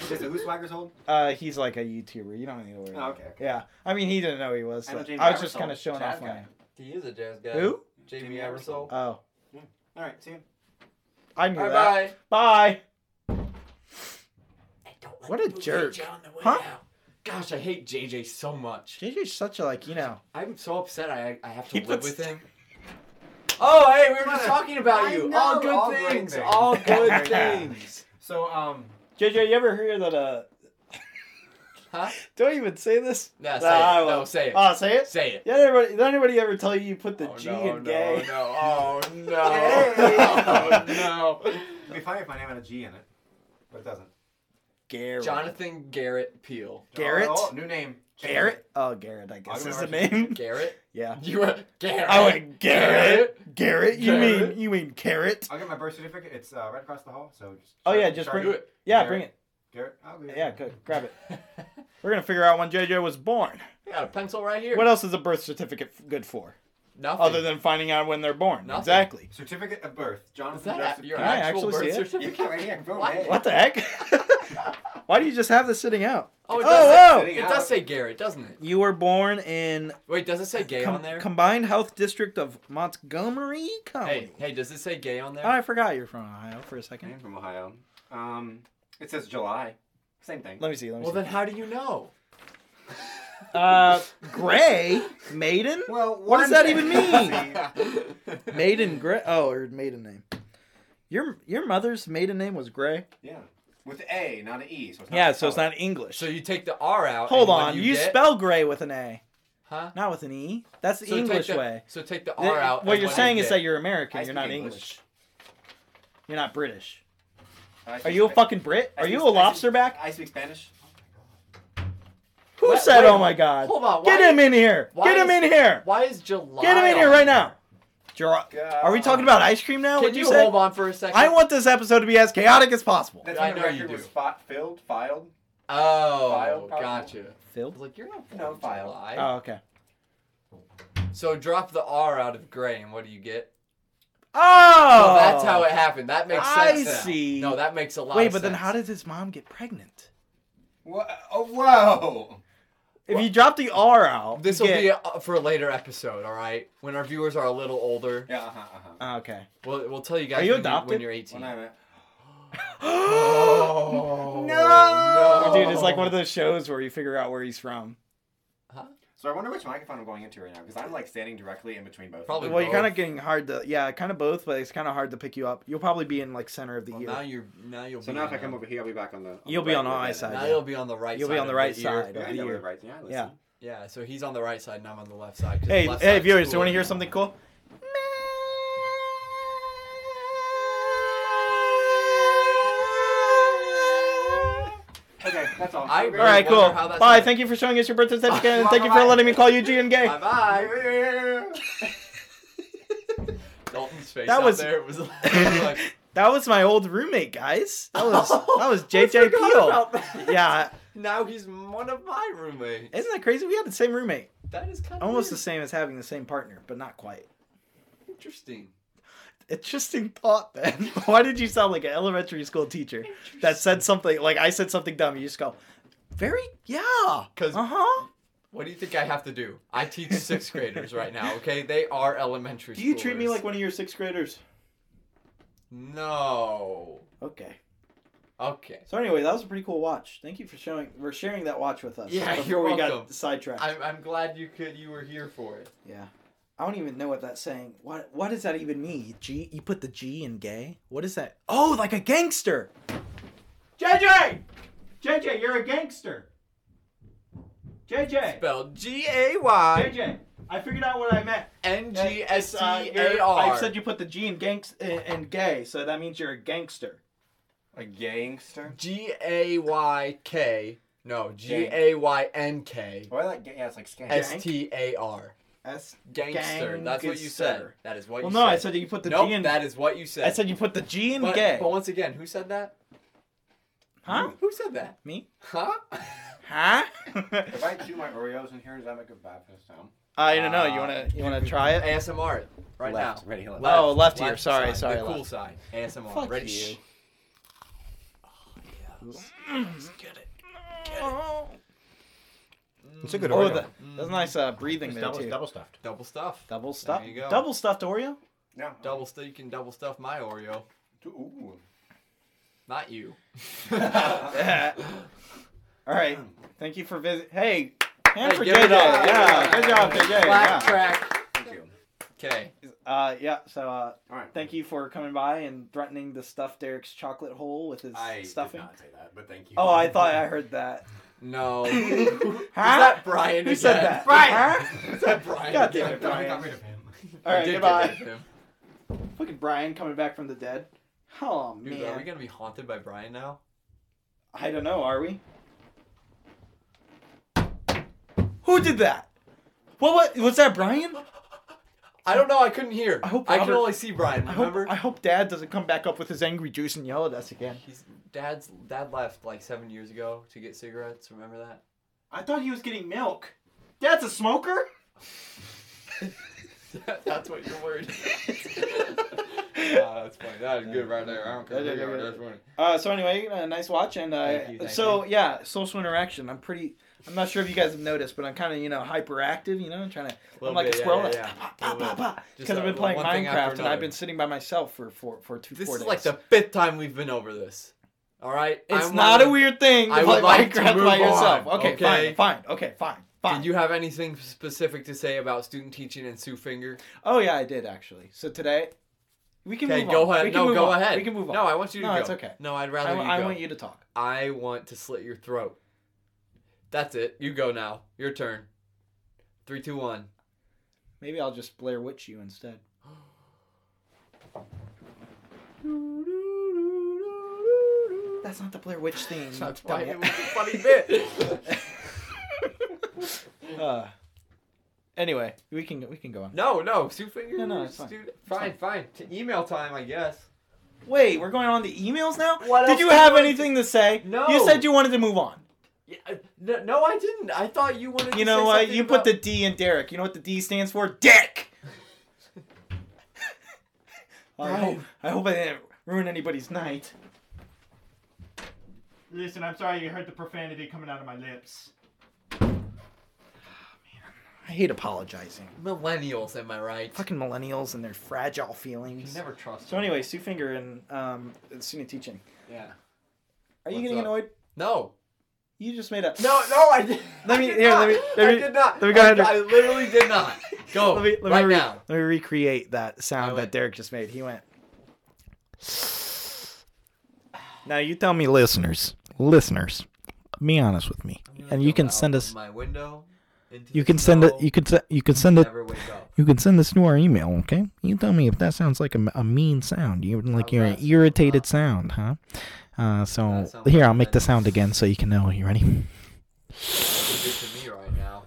S6: Is it who's Swagger's hold?
S1: Uh, he's like a YouTuber. You don't need to worry.
S6: Oh,
S1: about
S6: okay.
S1: it. Yeah, I mean he didn't know he was.
S6: I
S1: so-
S6: know James
S1: I was just
S6: Iverson,
S1: kind of showing
S6: jazz
S1: off
S6: guy.
S1: my.
S2: he is a jazz guy.
S1: Who?
S2: Jamie Eversole.
S1: Oh,
S6: All right. See you.
S1: I knew
S2: Bye
S1: that.
S2: bye.
S1: Bye. What
S2: What
S1: a
S2: a jerk.
S1: jerk. Huh?
S2: Huh? Gosh, I hate JJ so much.
S1: JJ's such a like you know.
S2: I'm so upset I, I have to
S1: He
S2: live
S1: puts-
S2: with him. Oh, hey, we were just talking about
S6: I
S2: you.
S6: know,
S2: all good
S6: all great
S2: things.
S6: things.
S2: All good things.
S6: So um.
S1: JJ, you ever hear that? Uh,
S2: Huh?
S1: don't even say this.
S2: No, say
S1: Nah, I
S2: it. No,
S1: won't.
S2: say it.
S1: Oh, say it.
S2: say it.
S1: Did anybody, did anybody ever tell you you put the
S2: oh,
S1: G
S2: no,
S1: in gay?
S2: No, no. Oh, no.
S6: Hey.
S2: oh,
S6: It'd be funny if my name had a G in it, but it doesn't.
S1: Garrett.
S2: no. Jonathan Garrett Peel.
S1: Garrett?
S6: Oh, new name. Change
S1: Garrett. Oh, Garrett. I guess
S6: I
S1: is the
S6: went
S1: name.
S2: Garrett?
S1: Yeah.
S2: You were Garrett.
S1: I went Oh, Garrett. Garrett. You
S2: Garrett.
S1: mean you mean carrot?
S6: it. I'll get my birth certificate. It's uh, right across the hall. So just.
S1: Oh, yeah, just
S6: sorry,
S2: Do it.
S1: Yeah,
S6: Garrett.
S1: bring it.
S6: Garrett. I'll do it.
S1: Yeah, good. Grab it. We're gonna figure out when JJ was born.
S2: I got a pencil right here.
S1: What else is a birth certificate f- good for,
S2: Nothing.
S1: other than finding out when they're born?
S2: Nothing.
S1: Exactly.
S6: Certificate of birth. Jonathan.
S2: Is that
S6: Joseph-
S2: your
S1: Can I
S2: actual
S1: actually see it?
S2: birth
S6: You
S2: certificate?
S6: can't right here. Boom.
S2: What?
S6: Hey.
S1: What the heck? Why do you just have this sitting out?
S2: Oh, it
S1: Oh,
S2: does,
S1: wow.
S2: say, it does say Garrett, doesn't it?
S1: You were born in
S2: Wait, does it say gay
S1: com-
S2: on there?
S1: Combined Health District of Montgomery County.
S2: hey, hey, does it say gay on there?
S1: Oh, I forgot you're from Ohio for a
S6: I
S1: second.
S6: am from Ohio. Um, it says July. Same thing.
S1: Let me see. Let me
S2: well,
S1: see.
S2: then how do you know?
S1: Uh, Gray Maiden.
S6: Well,
S1: What does
S6: one
S1: that even
S6: thing-
S1: Maiden Gray. Oh, her maiden name. Your your mother's maiden name was Gray.
S6: yeah, with A, not an E. So it's not
S1: Yeah,
S6: a
S1: so it's
S6: color.
S1: not English.
S2: so you take the R out.
S1: Hold
S2: and what
S1: on,
S2: do
S1: you,
S2: You, get?
S1: spell Gray with an A,
S2: Huh?
S1: not with an E. That's the
S2: So take
S1: English
S2: the-
S1: way.
S2: So take the
S1: The-
S2: R out.
S1: what
S2: and
S1: you're
S2: do you
S1: saying is
S2: get?
S1: that you're American.
S6: I
S1: you're
S6: speak
S1: not
S6: English.
S1: English. You're not British.
S6: I
S1: Are
S6: speak
S1: you a
S6: Spa-
S1: fucking Brit?
S6: I
S1: Are
S6: speak-
S1: you
S6: I
S1: a
S6: speak-
S1: lobster back?
S6: I speak Spanish.
S1: Who
S2: Wait,
S1: said,
S2: wait,
S1: "Oh my God"?
S2: Hold on. Why,
S1: Get him in here.
S2: why
S1: Get him
S2: is-
S1: in here.
S2: Why is July?
S1: Get him in here
S2: on
S1: right
S2: there?
S1: now. Gerard, are we talking about ice cream now?
S2: Oh Can
S1: What'd
S2: you,
S1: you say?
S2: hold on for a second?
S1: I want this episode to be as chaotic as possible.
S6: That's
S2: I
S6: when the
S2: know you
S6: record
S2: do.
S6: was fi- filled, filed.
S2: Oh,
S6: File, probably.
S2: gotcha. I was
S1: Filled.
S2: like, you're not
S6: No,
S2: from
S6: file.
S2: July.
S1: Oh, okay.
S2: So drop the R out of gray, and what do you get?
S1: Oh,
S2: Oh, that's how it happened. That makes
S1: I
S2: sense. now.
S1: see.
S2: No, that makes a lot.
S1: Wait,
S2: of
S1: but then
S2: sense.
S1: how did his mom get pregnant?
S6: Wha- Oh, whoa!
S1: If you drop the R out,
S2: This
S1: you
S2: will be
S1: get-
S2: uh for a later episode, all right? When our viewers are a little older,
S6: Yeah, uh huh, uh huh.
S1: Oh, okay.
S2: we'll, we'll tell you guys
S1: Are you
S2: when,
S1: adopted?
S2: when you're 18.
S6: When I'm at,
S2: Oh,
S1: Oh,
S2: no.
S1: dude, it's like one of those shows where you figure out where he's from.
S6: so I wonder which microphone I'm going into right now because I'm like standing directly in between both.
S2: Probably-
S1: Well, you're
S2: both.
S1: kind of getting hard to, yeah, kind of both, but it's kind of hard to pick you up. You'll probably be in like center of the
S2: Well,
S1: ear.
S2: now you're now you'll be
S6: So
S2: uh, on
S6: now if I come
S2: the-
S6: over here, I'll be back on the. On
S1: You'll
S6: the
S1: be
S6: right
S1: on
S6: with
S1: our
S6: it.
S1: side.
S2: now you'll be on the right
S1: You'll
S2: side.
S1: be on the
S2: of
S1: right
S2: ear.
S1: side.
S6: Yeah, I
S1: Over
S6: know
S1: here.
S6: where right. Yeah, listen.
S1: Yeah.
S2: Yeah, so he's on the right side and I'm on the left side. 'cause
S1: hey,
S2: the left
S1: hey,
S2: side's
S1: viewers, do you
S2: cooler.
S1: want to hear something cool?
S6: Okay, that's all.
S2: I-
S1: All right,
S2: wonder
S1: cool.
S2: how that's
S1: Bye.
S2: like-
S1: Thank you for showing us your birth certificate, and thank you for letting me call you G and Gay.
S2: Bye bye.
S6: right.
S2: Dalton's face
S1: That
S2: out
S1: was-
S2: there was like,
S1: That was my old roommate, guys. That was that was
S2: I
S1: JJ
S2: forgot
S1: Peel.
S2: about that.
S1: Yeah,
S2: Now he's one of my roommates.
S1: isn't that crazy? We had the same roommate,
S2: That is kind of
S1: almost the same as having the same partner, but not quite.
S2: interesting.
S1: Interesting thought, Ben. Why did you sound like an elementary school teacher that said something like I said something dumb? You just go, very yeah, uh
S2: 'Cause-
S1: huh.
S2: What do you think I have to do? I teach sixth graders right now, okay? They are elementary
S1: Do you treat me
S2: schoolers.
S1: like one of your sixth graders?
S2: No.
S1: Okay.
S2: Okay.
S1: So anyway, that was a pretty cool watch. Thank you for showing for sharing that watch with us.
S2: Yeah,
S1: before
S2: you're
S1: we got
S2: welcome.
S1: sidetracked.
S2: I'm, I'm glad you could you were here for it.
S1: Yeah. I don't even know what that's saying. What what does that even mean? G you put the G in gay? What is that? Oh, like a gangster. JJ! JJ, you're a gangster. JJ.
S2: Spelled G A Y
S1: JJ, I figured out what I meant.
S2: N G
S1: It's,
S2: S T
S1: uh,
S2: A
S1: you're- I
S2: R.
S1: said you put the G in gangs in, in gay, so that means you're a gangster.
S6: A gangster.
S2: G A Y K No, G A Y N K
S6: Well, I like yeah, it's like skank.
S2: S T A R.
S1: S.
S2: Gangster. That's what you said.
S1: Gangster.
S2: That is what
S1: Well,
S2: you
S1: no, I
S2: said.
S1: said you put the
S2: nope,
S1: G in.
S2: that is what you said.
S1: I said you put the G in
S2: but,
S1: gay.
S2: But once again, who said that?
S1: huh?
S2: Who said that?
S1: Me?
S2: Huh?
S1: Huh?
S6: If I chew my Oreos in here, does that make a bad first time?
S1: I don't know. You wanna you wanna try it?
S2: ASMR it right
S6: left,
S2: now.
S6: ready, left.
S1: Left. Oh, left ear. Sorry,
S2: side,
S1: sorry,
S2: The cool
S1: left.
S2: side. ASMR.
S8: Fuck
S2: ready?
S8: you.
S9: It's a good
S1: Oh,
S9: Oreo.
S1: the, that's nice uh, breathing
S9: It's
S1: there
S9: double,
S1: too.
S9: double stuffed.
S2: Double stuff.
S1: Double stuffed.
S2: Mm. There you go.
S1: Double stuffed Oreo.
S6: No.
S2: Double stuff. You can double stuff my Oreo.
S6: Ooh.
S2: Not you.
S1: All right. Thank you for visit. Hey, hand
S2: Hey,
S1: for
S2: give it
S1: JJ.
S2: up.
S1: Yeah, good job, JJ.
S2: Black
S1: Yeah.
S2: track.
S6: Thank you.
S2: Okay.
S1: Uh, yeah. So uh,
S6: All right.
S1: thank you for coming by and threatening to stuff Derek's chocolate hole with his
S6: I
S1: stuffing.
S6: did not say that, but thank you.
S1: Oh, I thought I heard that.
S2: No. Is
S1: Huh?
S2: that Brian
S1: Who
S2: again?
S1: said that? Huh?
S2: Is that Brian?
S1: God damn
S2: again?
S1: it, Brian.
S6: rid of him.
S1: All
S2: I
S1: right,
S2: did get
S1: goodbye.
S2: rid of him.
S1: Fucking Brian coming back from the dead. Oh
S2: Dude,
S1: man.
S2: are we gonna be haunted by Brian now?
S1: I don't know. Are we? Who did that? What? What was that, Brian?
S2: I don't know. I couldn't hear.
S1: I hope
S2: I can
S1: Robert-
S2: only see Brian.
S1: I hope,
S2: Remember?
S1: I hope Dad doesn't come back up with his angry juice and yell at us again.
S2: He's dad's dad left like seven years ago to get cigarettes. Remember that?
S1: I thought he was getting milk. Dad's a smoker?
S2: that's what you're worried. Ah, that's funny. That is good right there. I don't care.
S1: That is
S2: who you are,
S1: good.
S2: That's funny.
S1: Uh, so anyway, uh, nice watch and uh,
S2: Thank you, thank
S1: so yeah, social interaction. I'm pretty. I'm not sure if you guys have noticed, but I'm kind of you know hyperactive. You know, I'm trying to. I'm
S2: Little
S1: like
S2: bit,
S1: a squirrel.
S2: yeah,
S1: like,
S2: yeah,
S1: "Pa,
S2: yeah.
S1: pa,
S2: Little
S1: pa,
S2: bit.
S1: pa,"
S2: Just
S1: Because
S2: a-
S1: I've been playing
S2: one thing after
S1: Minecraft and
S2: another.
S1: I've been sitting by myself for for for two.
S2: This
S1: four
S2: is like
S1: days.
S2: the fifth time we've been over this. All right.
S1: It's
S2: I
S1: not
S2: wanna-
S1: a weird thing to
S2: I
S1: play
S2: would like to
S1: Minecraft
S2: move
S1: by yourself.
S2: on,
S1: Okay,
S2: okay?
S1: fine, fine. Okay, fine, fine.
S2: Did you have anything specific to say about student teaching and Sue Finger?
S1: Oh yeah, I did actually. So today, we can
S2: Okay,
S1: move
S2: go
S1: on. We
S2: ahead.
S1: can
S2: No,
S1: move
S2: go
S1: on.
S2: ahead.
S1: We can move on.
S2: No, I want you to
S1: No,
S2: go.
S1: it's okay.
S2: No, I'd
S1: I,
S2: rather you
S1: I
S2: go.
S1: want you to talk.
S2: I want to slit your throat. That's it. You go now. Your turn. Three, two, one.
S1: Maybe I'll just Blair Witch you instead. That's not the Blair Witch theme.
S2: That's
S1: dumb
S2: why it
S1: it.
S2: was a funny bit.
S1: uh, anyway, we can we can go on.
S2: no, no, Sue Finger.
S1: No, no, it's fine.
S2: Dude, fine, fine. T- email time, I guess.
S1: Wait, we're going on to emails now.
S2: What
S1: Did
S2: else
S1: you
S2: do you
S1: have
S2: want to-
S1: anything to say?
S2: No.
S1: You said you wanted to move on.
S2: Yeah, I- no, no, I didn't. I thought you wanted.
S1: You
S2: to
S1: know
S2: say
S1: what?
S2: something
S1: You put
S2: about-
S1: the D in Derek. You know what the D stands for? Dick. I hope I hope I didn't ruin anybody's night.
S9: Listen, I'm sorry you heard the profanity coming out of my lips.
S1: I hate apologizing.
S2: millennials. Am I right?
S1: Fucking millennials and their fragile feelings.
S2: You never trust.
S1: So
S2: them.
S1: anyway, Sue Finger and um, student teaching.
S2: Yeah.
S1: Are you
S2: What's
S1: getting
S2: up?
S1: annoyed?
S2: No.
S1: You just made up.
S2: No, no, I did.
S1: Let me-
S2: I did
S1: here, let
S2: not.
S1: me- let me-
S2: I did not.
S1: let me go
S2: I-
S1: ahead and-
S2: I, literally did not. Go
S1: Let me let
S2: Oh, right
S1: me re-
S2: now.
S1: let me recreate that sound
S2: I
S1: that
S2: went-
S1: Derek just made. He went. Now you tell me, listeners, listeners, be honest with me, and you
S2: Go
S1: can
S2: out
S1: send
S2: of
S1: us.
S2: my window. into
S8: You
S2: the
S8: can send it.
S2: snow,
S8: You can se- you can send it.
S2: Never wake up.
S8: You can send this to our email, okay? You tell me if that sounds like a, a mean sound, you like
S2: How's
S8: you're
S2: that
S8: an
S2: sound?
S8: irritated sound, huh? Uh, so
S2: That sounds
S8: here,
S2: like
S8: I'll make the
S2: that.
S8: sound again so you can know. You ready?
S2: That's good to me right now.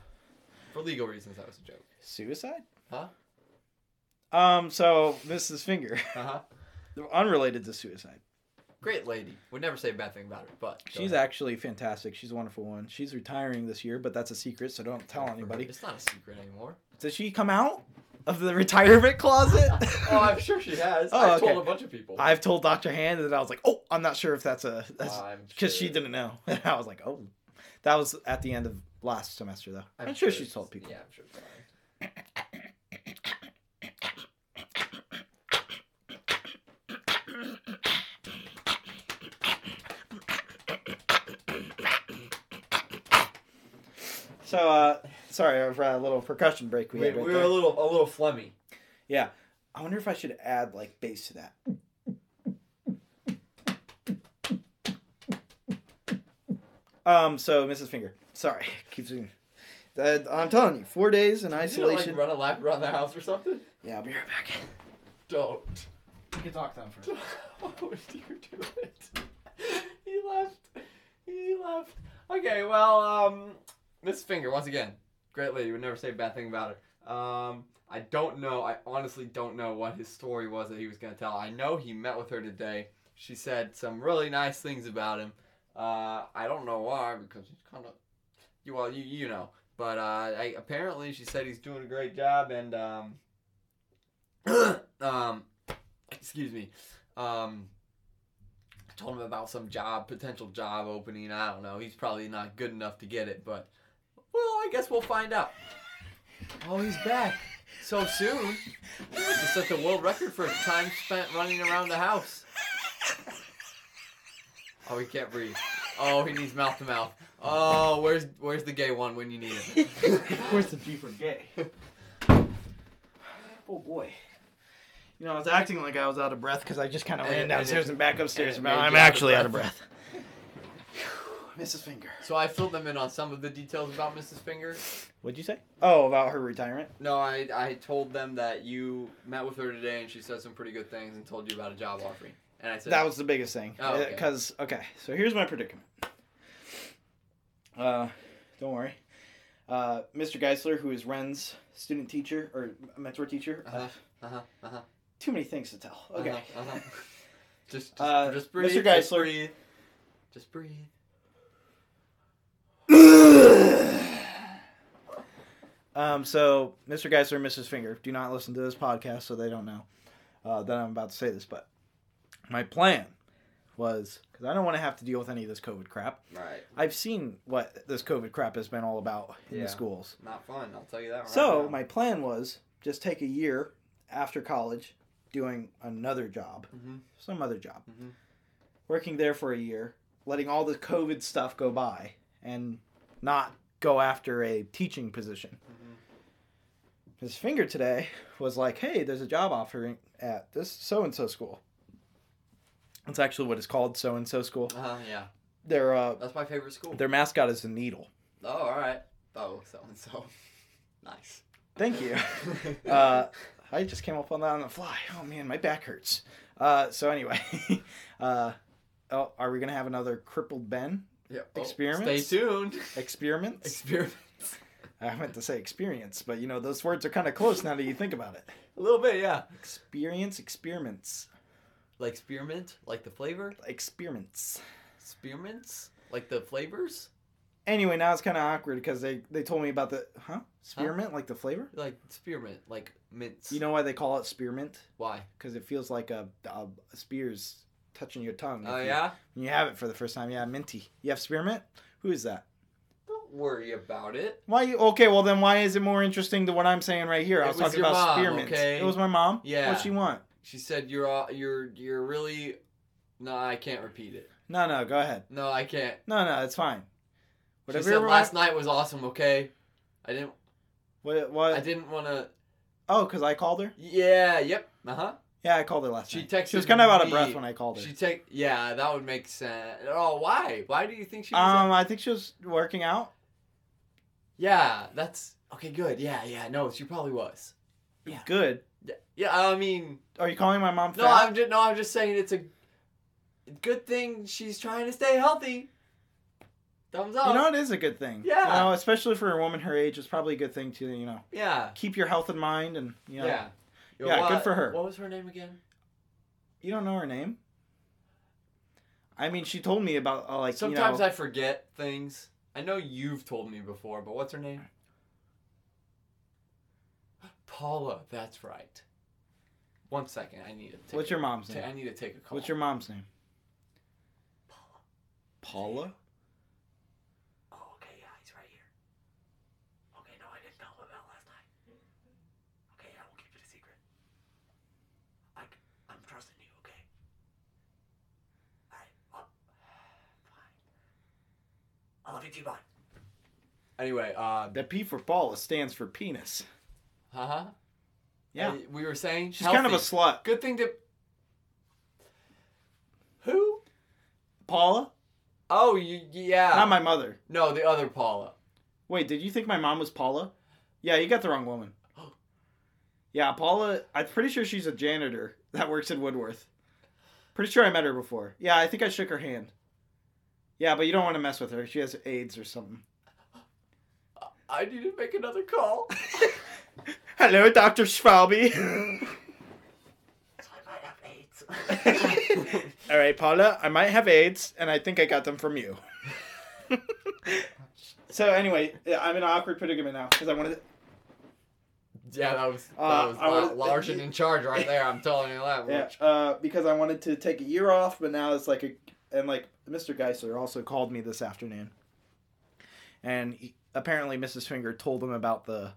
S2: For legal reasons, that was a joke.
S1: Suicide?
S2: Huh?
S1: Um. So Mrs. Finger,
S2: Uh huh.
S1: unrelated to suicide,
S2: Great lady. Would never say a bad thing about her, but go
S1: she's
S2: ahead.
S1: actually fantastic. She's a wonderful one. She's retiring this year, but that's a secret, so don't tell anybody.
S2: It's not a secret anymore.
S1: Did she come out of the retirement closet?
S2: Oh, I'm sure she has.
S1: Oh,
S2: I've
S1: okay.
S2: told a bunch of people.
S1: I've told Dr. Hand and I was like, oh, I'm not sure if that's a that's
S2: I'm
S1: because
S2: sure.
S1: she didn't know. And I was like, oh, that was at the end of last semester though. I'm, sure, she's told people.
S2: Yeah, I'm sure. it's fine.
S1: So, uh, sorry for a little percussion break we,
S2: We,
S1: had. Right
S2: we were
S1: there.
S2: a little, a little phlegmy.
S1: Yeah, I wonder if I should add like bass to that. Um. So, Mrs. Finger, sorry, keeps. doing- Uh, I'm telling you, four days in
S2: Did you like
S1: isolation.
S2: run a lap around the house or something?
S1: Yeah, I'll be right back.
S2: Don't.
S1: You can talk to them first.
S2: Why would you do it? He left. He left. Okay, well, um, Miss Finger, once again, great lady, would never say a bad thing about her. Um, I don't know, I honestly don't know what his story was that he was going to tell. I know he met with her today. She said some really nice things about him. Uh, I don't know why, because he's kind of, you, well, you, you know. But uh, I, apparently she said he's doing a great job, and, um, um, excuse me, um, I told him about some job, potential job opening. I don't know. He's probably not good enough to get it, but well, I guess we'll find out. Oh, he's back so soon. He must have set the world record for time spent running around the house. Oh, he can't breathe. Oh, he needs mouth to mouth. Oh, where's where's the gay one when you need it?
S1: Where's the G for gay?
S10: Oh boy.
S1: You know, I was acting like I was out of breath because I just kind of
S2: And-
S1: ran
S2: and
S1: downstairs
S2: it-
S1: and back upstairs.
S2: and it
S1: but
S2: made
S1: I'm
S2: you out of
S1: actually out of
S2: breath.
S1: breath. Mrs. Finger.
S2: So I filled them in on some of the details about Mrs. Finger.
S1: What'd you say? Oh, about her retirement.
S2: No, I, I told them that you met with her today and she said some pretty good things and told you about a job offering. And I said,
S1: That was the biggest thing.
S2: Oh, okay.
S1: Because okay, so here's my predicament. Uh, don't worry. Uh, Mr. Geisler, who is Ren's student teacher or mentor teacher, uh,
S2: Uh-huh. uh-huh, uh-huh,
S1: too many things to tell. Okay.
S2: uh-huh, uh-huh. Just, just,
S1: Uh,
S2: just
S1: Mr.
S2: breathe. Just
S1: Geisler.
S2: breathe. Just breathe.
S1: Um, so, Mr. Geisler and Mrs. Finger, do not listen to this podcast so they don't know uh, that I'm about to say this. But my plan was because I don't want to have to deal with any of this COVID crap.
S2: Right.
S1: I've seen what this COVID crap has been all about in
S2: Yeah.
S1: the schools.
S2: Not fun. I'll tell you that right
S1: So,
S2: now.
S1: my plan was just take a year after college doing another job,
S2: Mhm.
S1: some other job,
S2: Mhm.
S1: working there for a year, letting all the COVID stuff go by, and not go after a teaching position. His finger today was like, hey, there's a job offering at this so and so school. That's actually what it's called, so and so school.
S2: Uh-huh, yeah.
S1: Their uh,
S2: That's my favorite school.
S1: their mascot is a needle.
S2: Oh, all right. Oh, so and so. Nice.
S1: Thank you. uh, I just came up on that on the fly. Oh man, my back hurts. Uh, so anyway, uh, oh, are we gonna have another crippled Ben
S2: yeah. oh,
S1: experiments?
S2: Stay tuned.
S1: experiments?
S2: Experiments.
S1: I meant to say experience, but you know those words are kind of close now that you think about it.
S2: A little bit, yeah.
S1: Experience, experiments,
S2: Like spearmint, like the flavor.
S1: experiments.
S2: Spearmints, like the flavors.
S1: Anyway, now it's kind of awkward because they they told me about the huh spearmint like the flavor.
S2: Like spearmint, like mints.
S1: You know why they call it spearmint?
S2: why?
S1: Because it feels like a, a spear's touching your tongue.
S2: Oh
S1: if you-
S2: yeah.
S1: When you have it for the first time, yeah, minty. You have spearmint. Who is that?
S2: Don't worry about it.
S1: Why? You, okay, well then, why is it more interesting than what I'm saying right here? I
S2: It
S1: was,
S2: was
S1: talking
S2: your
S1: about
S2: mom,
S1: spearmint.
S2: okay?
S1: It was my mom.
S2: Yeah.
S1: What she want?
S2: She said you're all, you're you're really. No, I can't repeat it.
S1: No, no, go ahead.
S2: No, I can't.
S1: No, no, it's fine. Whatever.
S2: she said
S1: you're
S2: last night was awesome. Okay. I didn't.
S1: What? what
S2: I didn't want to.
S1: oh, because I called her.
S2: Yeah. Yep. Uh huh.
S1: Yeah, I called her last
S2: She
S1: night.
S2: texted
S1: She was kind of out of
S2: me.
S1: breath when I called her.
S2: She take. Yeah, that would make sense. Oh, why? Why do you think she? Was
S1: um, I think she was working out.
S2: yeah. That's okay. Good. Yeah. Yeah. No, she probably was. Yeah.
S1: Good.
S2: Yeah. Yeah. I mean.
S1: Are you calling my mom
S2: No,
S1: fat?
S2: I'm just no, I'm just saying it's a good thing she's trying to stay healthy. Thumbs up.
S1: you know, it is a good thing.
S2: Yeah.
S1: You know, especially for a woman her age, it's probably a good thing to you know
S2: yeah.
S1: keep your health in mind and you know
S2: Yeah. Yo,
S1: Yeah, good
S2: what-
S1: for her.
S2: What was her name again?
S1: You don't know her name? I mean, she told me about uh, like
S2: Sometimes
S1: you know,
S2: I forget things. I know you've told me before, but what's her name? Paula. That's right. One second. I need to. Take
S1: what's
S2: a-
S1: your mom's
S2: ta- I
S1: name?
S2: need to take a call.
S1: What's your mom's name? Paula. Paula?
S2: Oh, okay. Yeah, he's right here. Okay. No, I didn't tell him about last night. Okay. I will keep it a secret. I, I'm trusting you. Okay. I love you too. Bye. Anyway, uh,
S1: The P for Paula stands for penis.
S2: huh?
S1: Yeah.
S2: uh, we were saying
S1: She's kind of a
S2: healthy.
S1: slut.
S2: good thing to. Who?
S1: Paula?
S2: Oh, you, yeah.
S1: Not my mother.
S2: no, the other Paula.
S1: Wait, did you think my mom was Paula? Yeah, you got the wrong woman. Yeah, Paula, I'm pretty sure she's a janitor that works in Woodworth. Pretty sure I met her before. Yeah, I think I shook her hand. Yeah, but you don't want to mess with her. She has AIDS or something.
S2: I need to make another call.
S1: Hello, Dr. Schwalbe. All right, Paula, I might have AIDS, and I think I got them from you. so anyway, yeah, I'm in an awkward predicament now because I wanted to...
S2: yeah, that was that
S1: Uh,
S2: was
S1: I
S2: La-
S1: was-
S2: Larson in charge right there. I'm telling you that much.
S1: yeah, uh, because I wanted to take a year off, but now it's like a and like Mr. Geisler also called me this afternoon, and he- apparently Mrs. Finger told him about the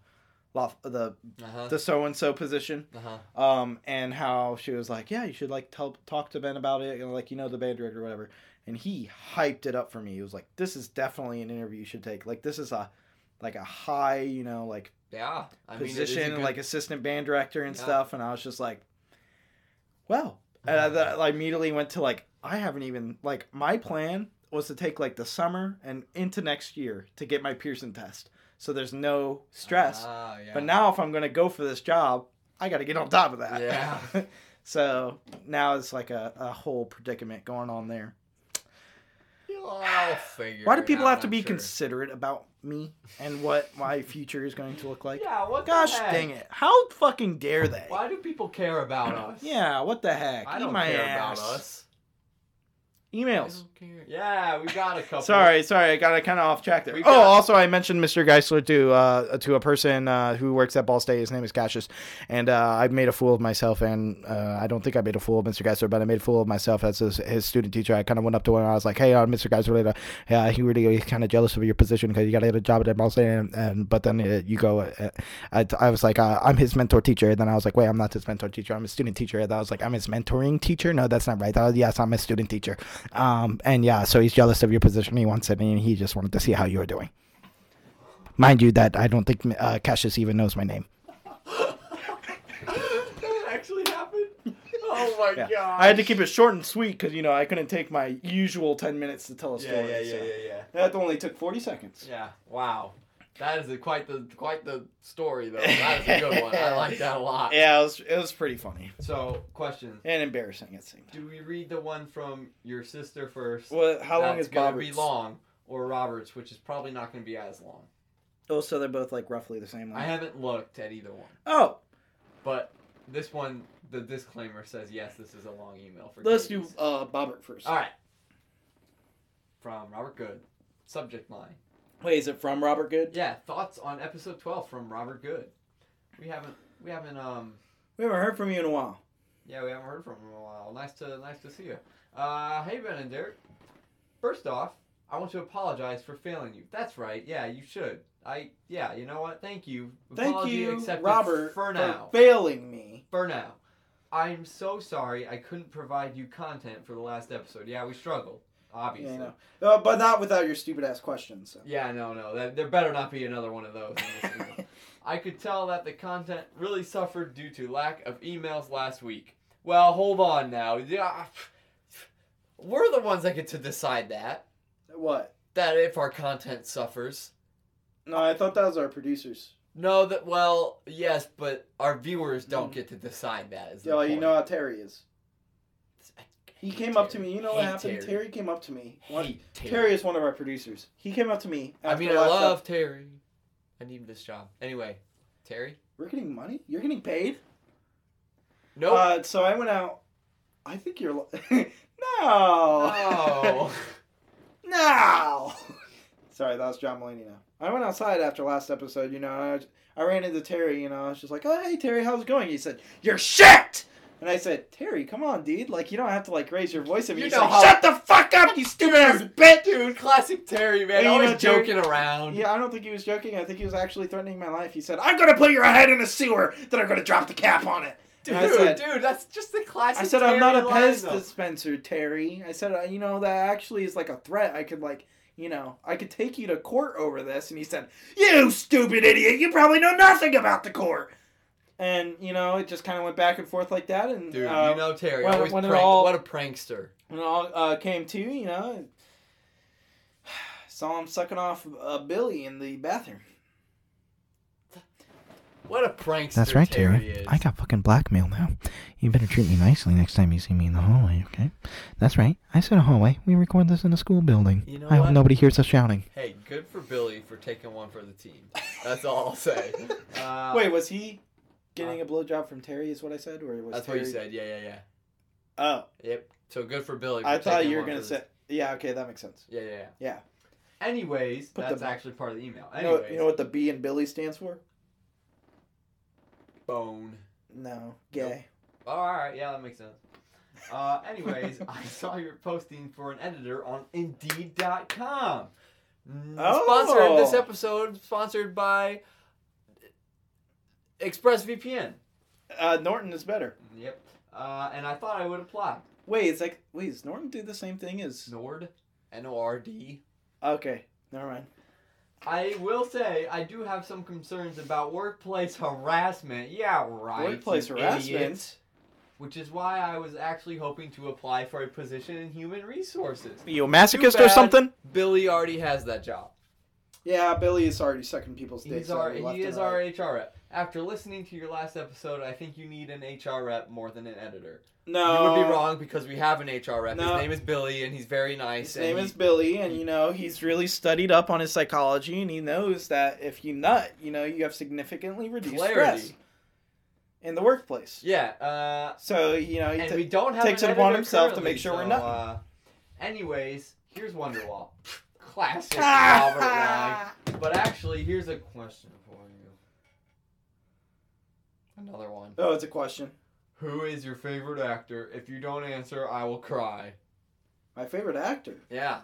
S1: lof- the
S2: Uh-huh.
S1: the so and so position,
S2: Uh-huh.
S1: um, and how she was like, yeah, you should like tell talk to Ben about it, and like you know the band director or whatever. And he hyped it up for me. He was like, this is definitely an interview you should take. Like this is a like a high, you know, like
S2: Yeah. I mean, it is a
S1: position,
S2: good-
S1: like assistant band director and
S2: Yeah.
S1: stuff. And I was just like, well, and I, th- I immediately went to like, I haven't even like my plan was to take like the summer and into next year to get my Pearson test. So there's no stress.
S2: Ah, yeah.
S1: But now if I'm going to go for this job, I got to get on top of that.
S2: Yeah.
S1: so now it's like a, a whole predicament going on there.
S2: You'll all figure
S1: Why do
S2: it
S1: people
S2: out,
S1: have to
S2: I'm
S1: be
S2: sure.
S1: considerate about me and what my future is going to look like?
S2: Yeah. What?
S1: Gosh dang it. How fucking dare they?
S2: Why do people care about us?
S1: Yeah, what the heck?
S2: I
S1: Eat
S2: don't
S1: my
S2: care
S1: ass.
S2: about us. I
S1: Emails.
S2: don't care. Yeah, we got a couple.
S1: Sorry, sorry, I got kind of off track there.
S2: We
S1: oh,
S2: got-
S1: also I mentioned Mr. Geisler to uh, to a person uh, who works at Ball State. His name is Cassius, and uh, I made a fool of myself. And uh, I don't think I made a fool of Mr. Geisler, but I made a fool of myself as his, his student teacher. I kind of went up to him and I was like, "Hey, uh, Mr. Geisler, uh, yeah, he really he's kind of jealous of your position because you got to get a job at Ball State." And, and but then uh, you go, uh, I, I was like, uh, "I'm his mentor teacher." And then I was like, "Wait, I'm not his mentor teacher. I'm a student teacher." And I was like, "I'm his mentoring teacher." No, that's not right. Uh, yes, I'm a student teacher. Um, and yeah, so he's jealous of your position. He wants it, and he just wanted to see how you were doing. Mind you, that I don't think uh, Cassius even knows my name.
S2: that actually happened. Oh my
S1: Yeah.
S2: god.
S1: I had to keep it short and sweet because you know I couldn't take my usual ten minutes to tell a story.
S2: Yeah, yeah, yeah,
S1: so.
S2: yeah, yeah.
S1: That only took forty seconds.
S2: Yeah. Wow. That is a, quite the quite the story though. That is a good one. I like that a lot.
S1: Yeah, it was it was pretty funny
S2: So, question:
S1: and embarrassing at the same time.
S2: Do we read the one from your sister first?
S1: Well, how long
S2: That's
S1: is
S2: gonna
S1: Bob?
S2: Be long or Roberts, which is probably not going to be as long.
S1: Oh, so they're both like roughly the same
S2: I haven't looked at either one,
S1: Oh,
S2: but this one, the disclaimer says yes, this is a long email for.
S1: let's do
S2: Katie's.
S1: uh, Bobbert first.
S2: All right. From Robert Good. Subject line.
S1: Wait, is it from Robert Good?
S2: Yeah, thoughts on episode twelve from Robert Good. We haven't we haven't um
S1: We haven't heard from you in a while.
S2: Yeah, we haven't heard from him in a while. Nice to nice to see you. Uh, hey Ben and Derek. First off, I want to apologize for failing you. That's right. Yeah, you should. I yeah. You know what? Thank you.
S1: Thank
S2: Apology
S1: you,
S2: accepted
S1: Robert,
S2: For now,
S1: failing me.
S2: for now. I'm so sorry I couldn't provide you content for the last episode. Yeah, we struggled. Obviously.
S1: Yeah, I know. Uh, but not without your stupid ass questions. So.
S2: Yeah, no, no. That, there better not be another one of those. in this email. I could tell that the content really suffered due to lack of emails last week. Well, hold on now. Yeah, we're the ones that get to decide that.
S1: What?
S2: That if our content suffers.
S1: No, I thought that was our producers.
S2: No, that well, yes, but our viewers don't get to decide that. Is the
S1: Mm. Yeah, well, you
S2: point.
S1: know how Terry is.
S2: I
S1: He
S2: hate
S1: came up to
S2: Terry.
S1: me. You know
S2: Hate
S1: what happened?
S2: Terry.
S1: Terry. came up to me. One-
S2: Hate Terry.
S1: Terry is one of our producers. He came up to me.
S2: I mean, I
S1: last
S2: love
S1: ep-
S2: Terry. I need this job anyway. Terry.
S1: We're getting money. You're getting paid.
S2: Nope.
S1: Uh, so I went out. I think you're. li- Uh, no.
S2: Oh.
S1: no. Sorry, that was John Mulaney. Now I went outside after last episode. You know, and I, was- I ran into Terry. You know, I was just like, "Oh, hey Terry, how's it going?" He said, "You're shit." And I said, Terry, come on, dude. Like, you don't have to like raise your voice at me.
S2: You
S1: He's
S2: know
S1: like,
S2: how-
S1: Shut the fuck up, you stupid ass bitch.
S2: Dude, classic Terry, man.
S1: Hey, you
S2: Always
S1: know, Terry-
S2: joking around.
S1: Yeah, I don't think he was joking. I think he was actually threatening my life. He said, "I'm gonna put your head in a sewer, then I'm gonna drop the cap on it."
S2: Dude,
S1: I said-
S2: dude, that's just the classic
S1: I said, "I'm not a
S2: Terry line,
S1: Pez
S2: though.
S1: dispenser, Terry." I said, uh, "You know that actually is like a threat. I could like, you know, I could take you to court over this." And he said, "You stupid idiot! You probably know nothing about the court." And you know, it just kind of went back and forth like that. And
S2: Dude,
S1: uh,
S2: you know Terry.
S1: when-
S2: always
S1: when it
S2: prank-
S1: all-
S2: What a prankster.
S1: when it all uh, came to, you know, saw him sucking off uh, Billy in the bathroom.
S2: What a prankster.
S11: That's right,
S2: Terry.
S11: Terry.
S2: is.
S11: I got fucking blackmail now. You better treat me nicely next time you see me in the hallway, okay? That's right. I said a hallway. We record this in a school building.
S2: You know
S11: I hope
S2: what?
S11: nobody hears us shouting.
S2: Hey, good for Billy for taking one for the team. That's all I'll say. Uh,
S12: Wait, was he getting a blowjob from Terry? Is what I said, or was
S2: that's
S12: Terry...
S2: what you said. Yeah, yeah, yeah.
S12: Oh,
S2: Yep. So good for Billy. For
S12: I thought
S2: taking
S12: you were
S2: one
S12: gonna
S2: for
S12: say.
S2: the-
S12: Yeah, okay, that makes sense.
S2: Yeah, yeah,
S12: Yeah.
S2: yeah. Anyways,
S12: Put
S2: that's
S12: the-
S2: actually part of the email.
S12: You know,
S2: Anyways,
S12: you know what the B in Billy stands for?
S2: bone.
S12: No, gay.
S2: Oh, all right, yeah, that makes sense. Uh, anyways, I saw your posting for an editor on Indeed.com. Mm,
S12: Oh.
S2: Sponsored this episode, sponsored by ExpressVPN.
S12: Uh, Norton is better.
S2: Yep. Uh, and I thought I would apply.
S12: Wait, it's like wait, does Norton do the same thing as?
S2: Nord, N O R D.
S12: Okay, never mind.
S2: I will say I do have some concerns about workplace harassment. Yeah, right.
S12: Workplace
S2: you
S12: harassment?
S2: idiot. Which is why I was actually hoping to apply for a position in human resources.
S11: You a
S2: masochist or bad. something? Billy already has that job.
S12: Yeah, Billy is already sucking people's dicks.
S2: He's our,
S12: already left
S2: he
S12: and
S2: is
S12: right.
S2: our HR rep. After listening to your last episode, I think you need an HR rep more than an editor.
S12: No,
S2: You would be wrong because we have an HR rep.
S12: No.
S2: His name is Billy, and he's very nice.
S12: His
S2: and
S12: name
S2: he-
S12: is Billy, and you know he's really studied up on his psychology, and he knows that if you nut, you know you have significantly reduced
S2: Clarity.
S12: stress in the workplace.
S2: Yeah. Uh,
S12: So you know, you
S2: and
S12: ta-
S2: we don't have
S12: takes
S2: an
S12: it upon
S2: editor
S12: himself to
S2: currently,
S12: make sure we're
S2: so,
S12: nothing.
S2: Uh, anyways, here's Wonderwall. Classic Robert
S12: Ah.
S2: Lang. But actually, here's a question for you. Another one.
S12: oh, it's a question.
S2: Who is your favorite actor? If you don't answer, I will cry.
S12: My favorite actor.
S2: Yeah.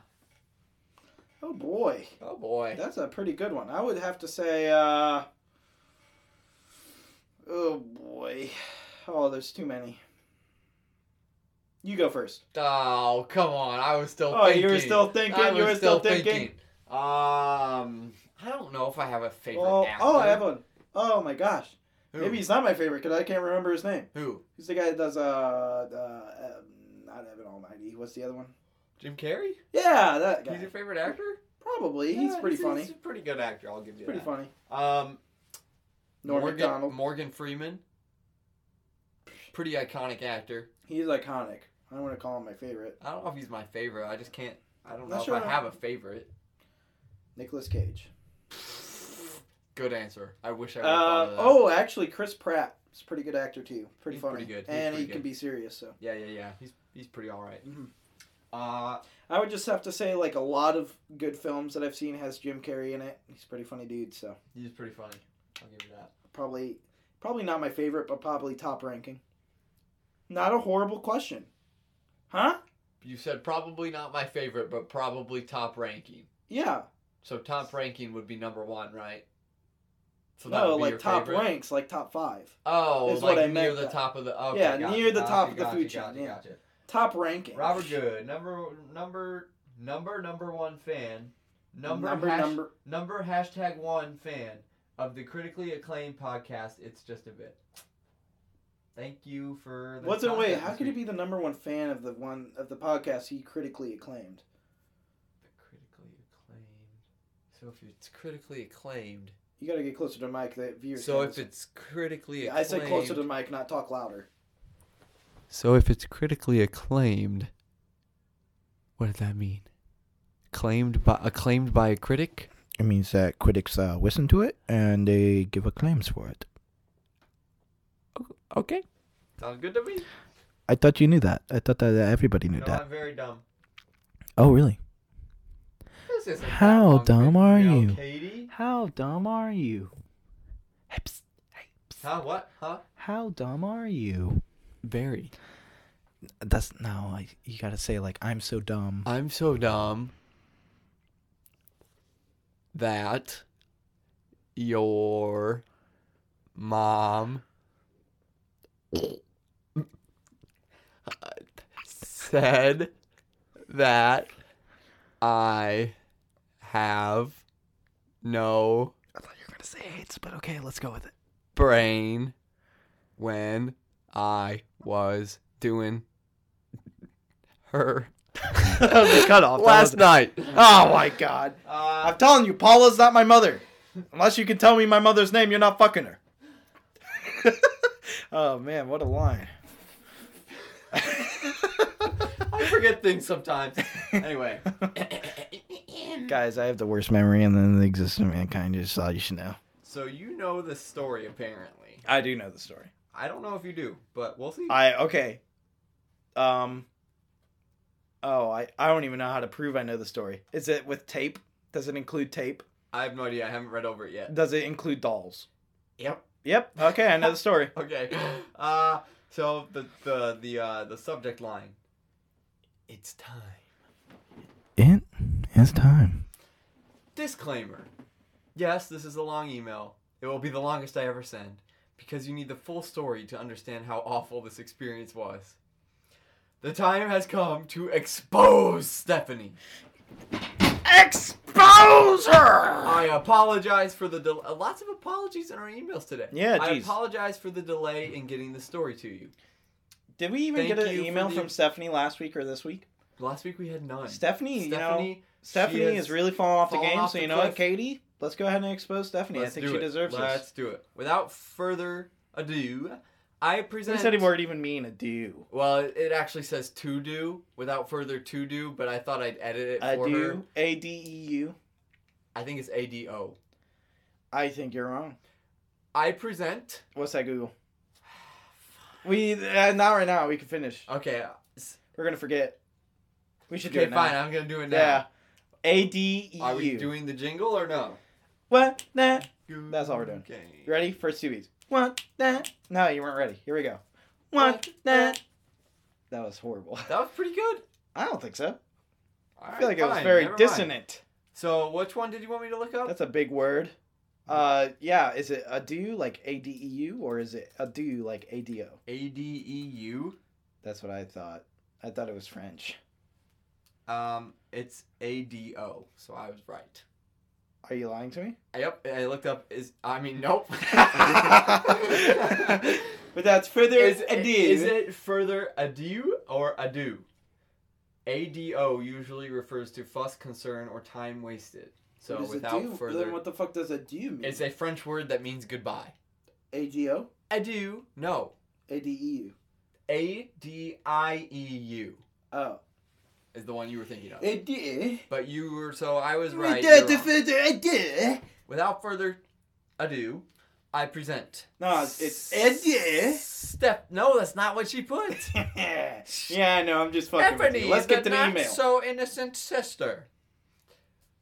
S12: Oh boy,
S2: Oh boy.
S12: that's a pretty good one. I would have to say. uh... Oh boy, oh there's too many. You go first.
S2: Oh, come on. I was still
S12: Oh,
S2: thinking.
S12: you were still thinking,
S2: I
S12: you
S2: was
S12: were
S2: still
S12: still thinking.
S2: Um, I don't know if I have a favorite
S12: Oh,
S2: actor.
S12: oh, I have one. Oh my gosh,
S2: Who?
S12: maybe he's not my favorite because I can't remember his name.
S2: Who?
S12: Who's the guy that does uh, uh um, not Evan Almighty? What's the other one?
S2: Jim Carrey?
S12: Yeah, that guy.
S2: He's your favorite actor?
S12: Probably. he's
S2: Yeah,
S12: pretty funny.
S2: He's a pretty good actor. I'll give you
S12: pretty
S2: that.
S12: funny.
S2: Um,
S12: Norm
S2: Morgan,
S12: Macdonald.
S2: Morgan Freeman. Pretty iconic actor.
S12: He's iconic. I don't want to call him my favorite.
S2: I don't know if he's my favorite. I just can't. I don't
S12: Not
S2: know
S12: sure
S2: if I
S12: I-
S2: have a favorite.
S12: Nicolas Cage.
S2: Good answer. I wish I would have thought
S12: Uh,
S2: of that.
S12: oh, actually, Chris Pratt is a pretty good actor too. Pretty
S2: He's
S12: funny.
S2: pretty good. He's
S12: and
S2: pretty
S12: he
S2: good.
S12: can be serious. So
S2: Yeah, yeah, yeah. He's he's pretty all right.
S12: Mhm.
S2: Uh,
S12: I would just have to say, like a lot of good films that I've seen has Jim Carrey in it. He's a pretty funny dude. So
S2: he's pretty funny. I'll give you that.
S12: probably, probably not my favorite, but probably top ranking. Not a horrible question, huh?
S2: You said probably not my favorite, but probably top ranking.
S12: Yeah.
S2: So top ranking would be number one, right? So that
S12: No,
S2: would be
S12: like
S2: your
S12: top
S2: favorite?
S12: ranks, like top five.
S2: Oh,
S12: is
S2: like
S12: what I
S2: near
S12: meant
S2: the
S12: that-
S2: top of the. Okay,
S12: Yeah,
S2: gotcha,
S12: near the
S2: gotcha,
S12: top of the
S2: gotcha,
S12: food
S2: gotcha,
S12: chain, yeah.
S2: gotcha.
S12: Top ranking.
S2: Robert Good, number number number number one fan, number
S12: Number,
S2: hash-
S12: number-
S2: number hashtag one fan of the critically acclaimed podcast. It's just a bit. Thank you for. The
S12: What's it?
S2: content
S12: Wait, how
S2: this
S12: could he
S2: week.
S12: be the number one fan of the one of the podcast he critically acclaimed?
S2: The critically acclaimed. So if it's critically acclaimed.
S12: You got to get closer to the mic. The viewers.
S2: So
S12: can't
S2: if
S12: listen.
S2: it's critically
S12: Yeah,
S2: acclaimed.
S12: I said closer to the mic, not talk louder.
S2: So if it's critically acclaimed, what does that mean? Claimed by acclaimed by a critic?
S11: It means that critics uh, listen to it and they give acclaims for it.
S2: Okay. Sounds good to me.
S11: I thought you knew that. I thought that everybody knew
S2: No,
S11: that.
S2: I'm very dumb.
S11: Oh, really?
S2: This isn't that
S11: How
S2: long of a
S11: dumb are
S2: video,
S11: you?
S2: Katie?
S11: How dumb are you? Hey, psst. Hey, psst.
S2: Huh? What? Huh?
S11: How dumb are you?
S2: Very.
S11: That's no. I, you gotta say like I'm so dumb.
S2: I'm so dumb that your mom said that I have no
S11: I thought you were gonna say hates, but okay, let's go with it.
S2: brain when I was doing her
S12: that was a cutoff.
S2: last night.
S12: Oh my god!
S2: Uh,
S12: I'm telling you, Paula's not my mother. Unless you can tell me my mother's name, you're not fucking her. oh man, what a line.
S2: I forget things sometimes. Anyway,
S11: Guys, I have the worst memory in the existence of mankind. Just all you should know.
S2: so you know the story apparently.
S12: I do know the story.
S2: I don't know if you do, but we'll see.
S12: I okay. Um. Oh, I I don't even know how to prove I know the story. Is it with tape? Does it include tape?
S2: I have no idea. I haven't read over it yet.
S12: Does it include dolls?
S2: Yep.
S12: Yep. Okay, I know the story.
S2: Okay. Uh, so the the the uh, the subject line. It's time.
S11: It is time.
S2: Disclaimer. Yes, this is a long email. It will be the longest I ever send because you need the full story to understand how awful this experience was. The time has come to expose Stephanie.
S12: Expose her.
S2: I apologize for the del- lots of apologies in our emails today.
S12: Yeah,
S2: I
S12: geez.
S2: apologize for the delay in getting the story to you.
S12: Did we even
S2: Thank
S12: get an
S2: you for
S12: email
S2: the-
S12: from Stephanie last week or this week?
S2: Last week we had none.
S12: Stephanie, you know,
S2: Stephanie,
S12: Stephanie
S2: she has-
S12: is really falling off the
S2: fallen
S12: game.
S2: off
S12: so
S2: the
S12: you know what,
S2: cliff.
S12: Katie? Let's go ahead and expose Stephanie.
S2: Let's
S12: I think
S2: do
S12: she
S2: it.
S12: deserves
S2: Let's
S12: this.
S2: do it. Without further ado, I
S12: What
S2: present.
S12: does that word even mean? A do?
S2: Well, it it actually says to do. Without further to do, but I thought I'd edit it
S12: A
S2: for her.
S12: do? A d e u?
S2: I think it's A D O.
S12: I think you're wrong.
S2: I present.
S12: What's that Google? We uh, not right now. We can finish.
S2: Okay.
S12: We're gonna forget. We should do
S2: Okay,
S12: it now.
S2: fine. I'm gonna do it now.
S12: Yeah. A D E
S2: Are we
S12: U.
S2: doing the jingle or no?
S12: What that? That's all we're doing.
S2: Okay.
S12: You ready? First two beats. What that? No, you weren't ready. Here we go. What that? That was horrible.
S2: That was pretty good.
S12: I don't think so.
S2: All
S12: I feel
S2: right,
S12: like it was
S2: fine,
S12: very
S2: never mind.
S12: dissonant.
S2: So, which one did you want me to look up?
S12: That's a big word. Uh, yeah. Is it a do like A D E U or is it a do like A D O?
S2: A D E U.
S12: That's what I thought. I thought it was French.
S2: Um, it's A D O. So I was right.
S12: Are you lying to me?
S2: Yep. I looked up. Is I mean, nope.
S12: But that's further
S2: is,
S12: ado.
S2: is it further ado or ado? ADO usually refers to fuss, concern, or time wasted. So without further,
S12: Then what the fuck does a do mean?
S2: it's a French word that means goodbye.
S12: A G O
S2: Adieu. No.
S12: A D E U.
S2: A D I E U
S12: Oh,
S2: is the one you were thinking of.
S12: a D.
S2: But you were so I was right. you're
S12: Without
S2: wrong.
S12: further ado.
S2: Without further ado, I present.
S12: No, it's- it's a D.
S2: Steph. No, that's not what she put.
S12: yeah, I know. I'm just fucking with
S2: Stephanie.
S12: you. Let's
S2: is
S12: get to
S2: the
S12: the
S2: not
S12: email.
S2: So innocent sister.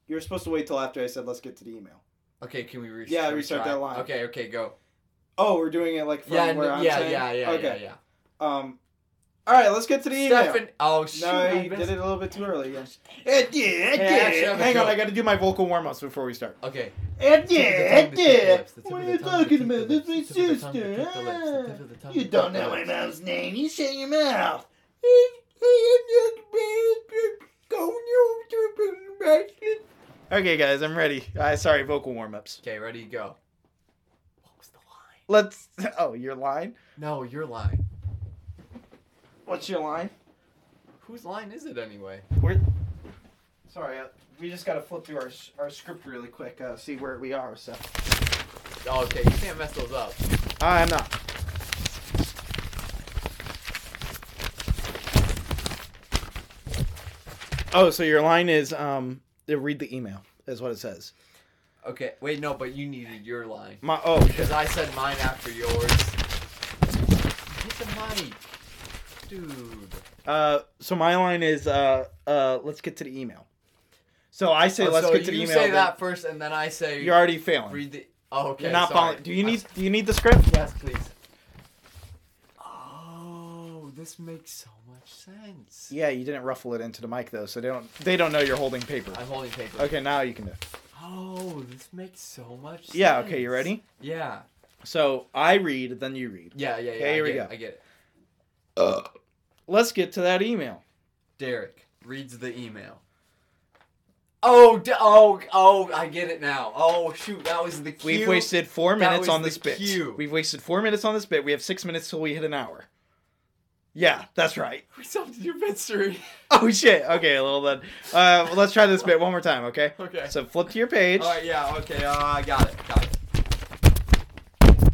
S12: you were supposed to wait till after I said let's get to the email.
S2: Okay, can we restart?
S12: Yeah, restart that line.
S2: Okay, okay, go.
S12: Oh, we're doing it like from
S2: yeah,
S12: where
S2: n-
S12: I'm
S2: yeah,
S12: saying.
S2: yeah, yeah,
S12: okay.
S2: yeah,
S12: Um. All right, let's get to the
S2: yeah.
S12: email.
S2: Stefan, oh shoot,
S12: no,
S2: I've
S12: you
S2: been-
S12: did it a little bit too early. Yeah.
S3: It did.
S2: Hey, actually, I'm a
S12: Hang on,
S2: joke.
S12: I got to do my vocal warm ups before we start.
S2: Okay.
S3: It
S2: Tip of the tongue, the tip of the lips, the tip
S3: What
S2: of
S3: are
S2: the
S3: you
S2: tongue, the
S3: talking
S2: tip of
S3: about?
S2: the
S3: That's my
S2: lips, the tip of the tongue, the
S3: sister.
S2: tip of the lips, the tip of the tongue,
S3: You
S2: the tip of
S3: don't
S2: the
S3: know my
S2: lips.
S3: mom's name. You shut your mouth.
S12: Okay, guys, I'm ready. Uh, sorry, vocal warm ups.
S2: Okay, ready, go. What was the line?
S12: Let's. Oh, your line?
S2: No, your line.
S12: What's your line?
S2: Whose line is it anyway?
S12: Sorry, uh, we just gotta flip through our, s- our script really quick, uh, see where we are. So
S2: Oh, okay, you can't mess those up.
S12: I'm not. Oh, so your line is um, uh, read the email is what it says.
S2: Okay, wait, no, but you needed your line
S12: My oh,
S2: because I said mine after yours. Hit the mic, dude.
S12: uh, so my line is uh, uh, let's get to the email. So I say
S2: Oh,
S12: let's
S2: so
S12: get to the
S2: you
S12: email.
S2: say
S12: but
S2: that first, and then I say
S12: You're already failing.
S2: read the. Oh, okay.
S12: You're not
S2: sorry.
S12: following. Do you
S2: I'm
S12: need do you need the script?
S2: Yes, please. Oh, this makes so much sense.
S12: Yeah, you didn't ruffle it into the mic though, so they don't they don't know you're holding paper.
S2: I'm holding paper.
S12: Okay, now you can do. It.
S2: Oh, this makes so much sense.
S12: Yeah. Okay, you ready?
S2: Yeah.
S12: So I read, then you read.
S2: Yeah, yeah, yeah.
S12: Okay,
S2: I
S12: here we
S2: get it,
S12: go.
S2: I get it.
S12: Let's get to that email.
S2: Derek reads the email. Oh, d- oh, oh, I get it now. Oh, shoot, that was the cue.
S12: We've wasted four
S2: That
S12: minutes
S2: was
S12: on
S2: the
S12: this bit.
S2: cue.
S12: We've wasted four minutes on this bit. We have six minutes till we hit an hour. Yeah, that's right.
S2: We solved your mystery.
S12: Oh shit. Okay, well then, uh, well, let's try this bit one more time. Okay.
S2: Okay.
S12: So flip to your page.
S2: All right, yeah, okay, uh, I got it, got it.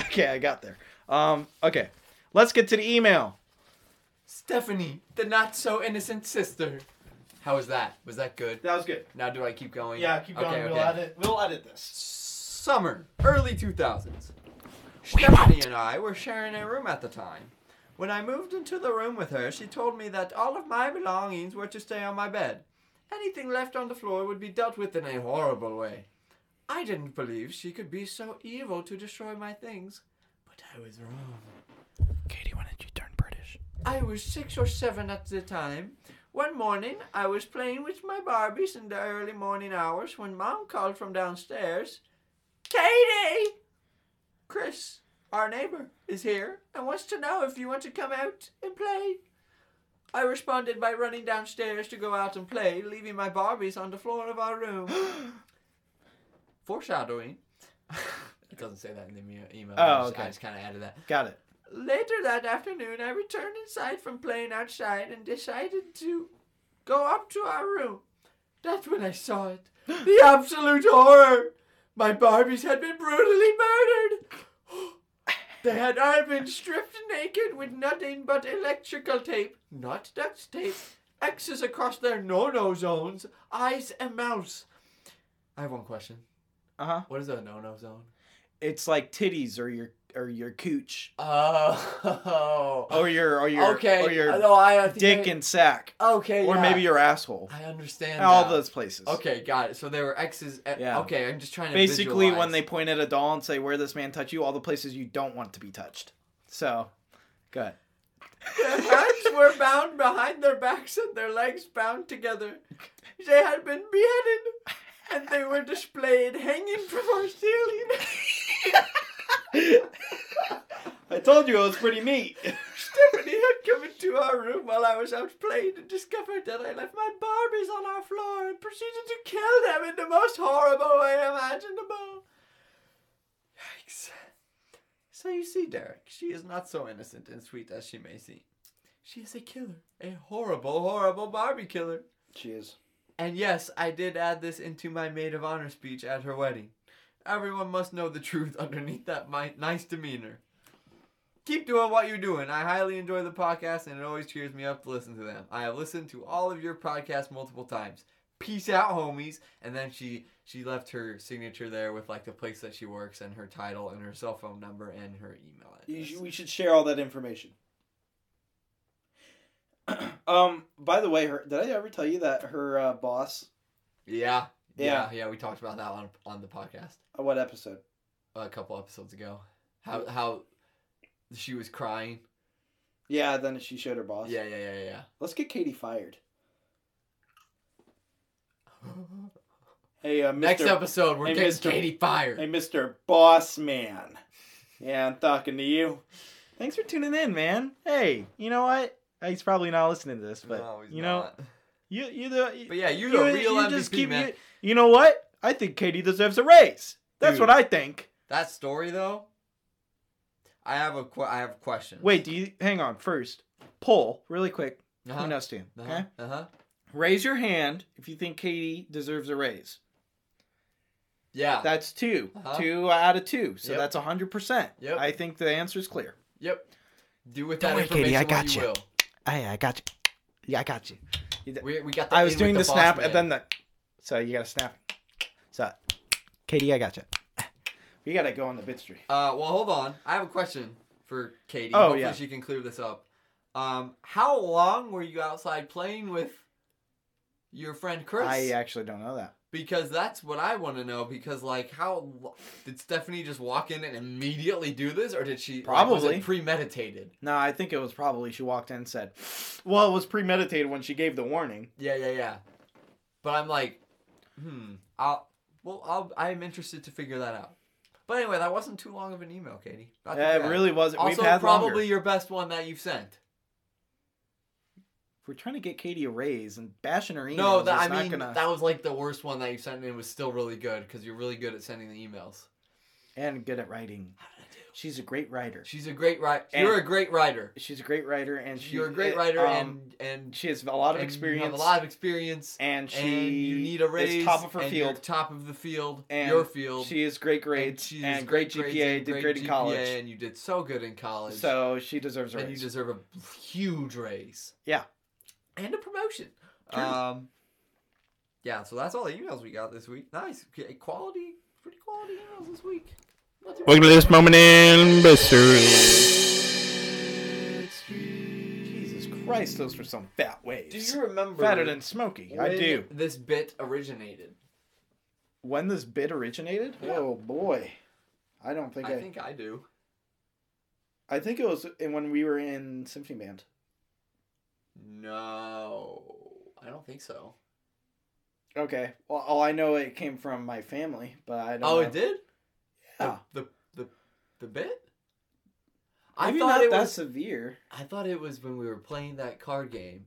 S12: okay, I got there. Um, okay, let's get to the email.
S2: Stephanie, the not so innocent sister. How was that? Was that good?
S13: That was good.
S2: Now do I keep going?
S13: Yeah, keep going.
S2: Okay,
S13: we'll
S2: okay.
S13: edit. We'll edit this.
S2: Summer, early 2000s. Stephanie and I were sharing a room at the time. When I moved into the room with her, she told me that all of my belongings were to stay on my bed. Anything left on the floor would be dealt with in a horrible way. I didn't believe she could be so evil to destroy my things, but I was wrong.
S11: Katie, why didn't you turn British?
S2: I was six or seven at the time. One morning, I was playing with my Barbies in the early morning hours when Mom called from downstairs Katie! Chris, our neighbor, is here and wants to know if you want to come out and play. I responded by running downstairs to go out and play, leaving my Barbies on the floor of our room. Foreshadowing. it doesn't say that in the email. email. I
S12: Oh,
S2: just- I
S12: okay.
S2: just kind of added that.
S12: Got it.
S2: Later that afternoon, I returned inside from playing outside and decided to go up to our room. That's when I saw it. The absolute horror! My Barbies had been brutally murdered! They had all been stripped naked with nothing but electrical tape, not duct tape, X's across their no no zones, eyes and mouths. I have one question.
S12: Uh huh.
S2: What is a no no zone?
S12: It's like titties or your or your cooch
S2: Oh.
S12: or your or your
S2: okay.
S12: or your
S2: no, I, I think
S12: dick
S2: I-
S12: and sack
S2: Okay.
S12: or
S2: yeah.
S12: maybe your asshole.
S2: I understand.
S12: All
S2: now.
S12: those places.
S2: Okay, got it. So there were X's. At,
S12: Yeah.
S2: Okay, I'm just trying to.
S12: Basically, when they
S2: visualize.
S12: point at a doll and say, "Where this man touch you," all the places you don't want to be touched. So, go ahead.
S2: their hands were bound behind their backs and their legs bound together, they had been beheaded, and they were displayed hanging from our ceiling.
S12: I told you it was pretty neat.
S2: Stephanie had come into our room while I was out playing and discovered that I left my Barbies on our floor and proceeded to kill them in the most horrible way imaginable. Yikes. So you see, Derek, she is not so innocent and sweet as she may seem. She is a killer. A horrible, horrible Barbie killer.
S12: She is.
S2: And yes, I did add this into my maid of honor speech at her wedding. Everyone must know the truth underneath that mi- nice demeanor. Keep doing what you're doing. I highly enjoy the podcast and it always cheers me up to listen to them. I have listened to all of your podcasts multiple times. Peace out, homies. And then she she left her signature there with like the place that she works and her title and her cell phone number and her email address.
S12: We should share all that information. um. By the way, her did I ever tell you that her uh, boss?
S2: yeah, yeah,
S12: Yeah.
S2: yeah, We talked about that on on the podcast.
S12: Uh, what episode?
S2: a couple episodes ago. How how she was crying.
S12: Yeah. Then she showed her boss.
S2: Yeah, yeah, yeah, yeah, yeah.
S12: Let's get Katie fired. Hey, uh, Mr.
S2: Next episode, we're
S12: Hey,
S2: getting
S12: Mr.
S2: Katie fired.
S12: Hey, Mr. Boss Man. Yeah, I'm talking to you. Thanks for tuning in, man. Hey, you know what? Uh, He's probably not listening to this, but you know, you you the you,
S2: But yeah, you're the real MVP, man.
S12: you, you know what? I think Katie deserves a raise. That's
S2: Dude.
S12: what I think.
S2: That story though. I have a que- I have questions.
S12: Wait, do you hang on first? Poll really quick.
S2: Uh-huh.
S12: Who knows, Stan?
S2: Uh huh.
S12: Okay?
S2: Uh-huh.
S12: Raise your hand if you think Katie deserves a raise.
S2: Yeah.
S12: That's 2
S2: Uh-huh.
S12: Two out of two. So
S2: Yep.
S12: that's that's hundred percent.
S2: Yep.
S12: I think the answer is clear.
S2: yep. Do with that
S11: worry,
S2: information
S11: Katie, I
S2: what
S11: got
S2: you,
S11: you.
S2: will.
S11: Hey, I got you. Yeah, I got you.
S2: We, we got. The
S12: I was
S2: in with
S12: doing the,
S2: boss
S12: snap
S2: man.
S12: and then the. So you gotta snap it. So
S11: Katie, I got you.
S12: we gotta go on the bit street.
S2: Uh, well, hold on. I have a question for Katie.
S12: Oh,
S2: Hopefully
S12: yeah.
S2: she can clear this up. Um, how long were you outside playing with your friend Chris?
S12: I uh, actually don't know that.
S2: Because that's what I want to know. Because like, how lo- did Stephanie just walk in and immediately do this, or did she like, was it
S12: Probably.
S2: premeditated?
S12: No, I think it was probably she walked in and said, "Well, it was premeditated when she gave the warning."
S2: Yeah, yeah, yeah. But I'm like, hmm. I'll well, I'll I'm interested to figure that out. But anyway, that wasn't too long of an email, Katie. Not too
S12: Yeah, it
S2: bad.
S12: really wasn't.
S2: Also,
S12: We've had
S2: probably
S12: longer.
S2: your best one that you've sent.
S12: We're trying to get Katie a raise and bashing her emails.
S2: No, that,
S12: is
S2: I
S12: not
S2: mean
S12: gonna-
S2: that was like the worst one that you sent, and it was still really good because you're really good at sending the emails.
S12: and good at writing. She's a great writer.
S2: She's a great writer.
S12: And-
S2: You're a great writer.
S12: She's a great writer, and she,
S2: You're a great
S12: uh,
S2: writer,
S12: um,
S2: and and
S12: she has a lot
S2: and You
S12: of
S2: have
S12: experience,
S2: a lot of experience,
S12: and she
S2: and you need a raise.
S12: Is top of her
S2: and you're
S12: field.
S2: top of the field,
S12: And
S2: your field.
S12: She has great grades
S2: she
S12: and,
S2: has
S12: great GPA.
S2: grades and
S12: did great in
S2: GPA,
S12: college,
S2: and you did so good in college.
S12: so she deserves a
S2: and you
S12: raise.
S2: deserve a huge raise.
S12: Yeah.
S2: and a promotion. Um, yeah. So that's all the emails we got this week. Nice, Okay, quality, pretty quality emails this week.
S11: Welcome to this moment in history.
S12: Jesus Christ, those were some fat waves.
S2: Do you remember
S12: fatter than Smokey? I
S2: when
S12: do.
S2: This bit originated.
S12: When this bid originated?
S2: Yeah.
S12: Oh boy, I don't think I,
S2: I think I do.
S12: I think it was in- when we were in symphony band.
S2: No, I don't think so.
S12: Okay. Well, all I know it came from my family, but I don't.
S2: Oh,
S12: know.
S2: it did.
S12: Yeah.
S2: The the the, the bit.
S12: Maybe
S2: I thought
S12: not
S2: it
S12: that
S2: was.
S12: severe.
S2: I thought it was when we were playing that card game.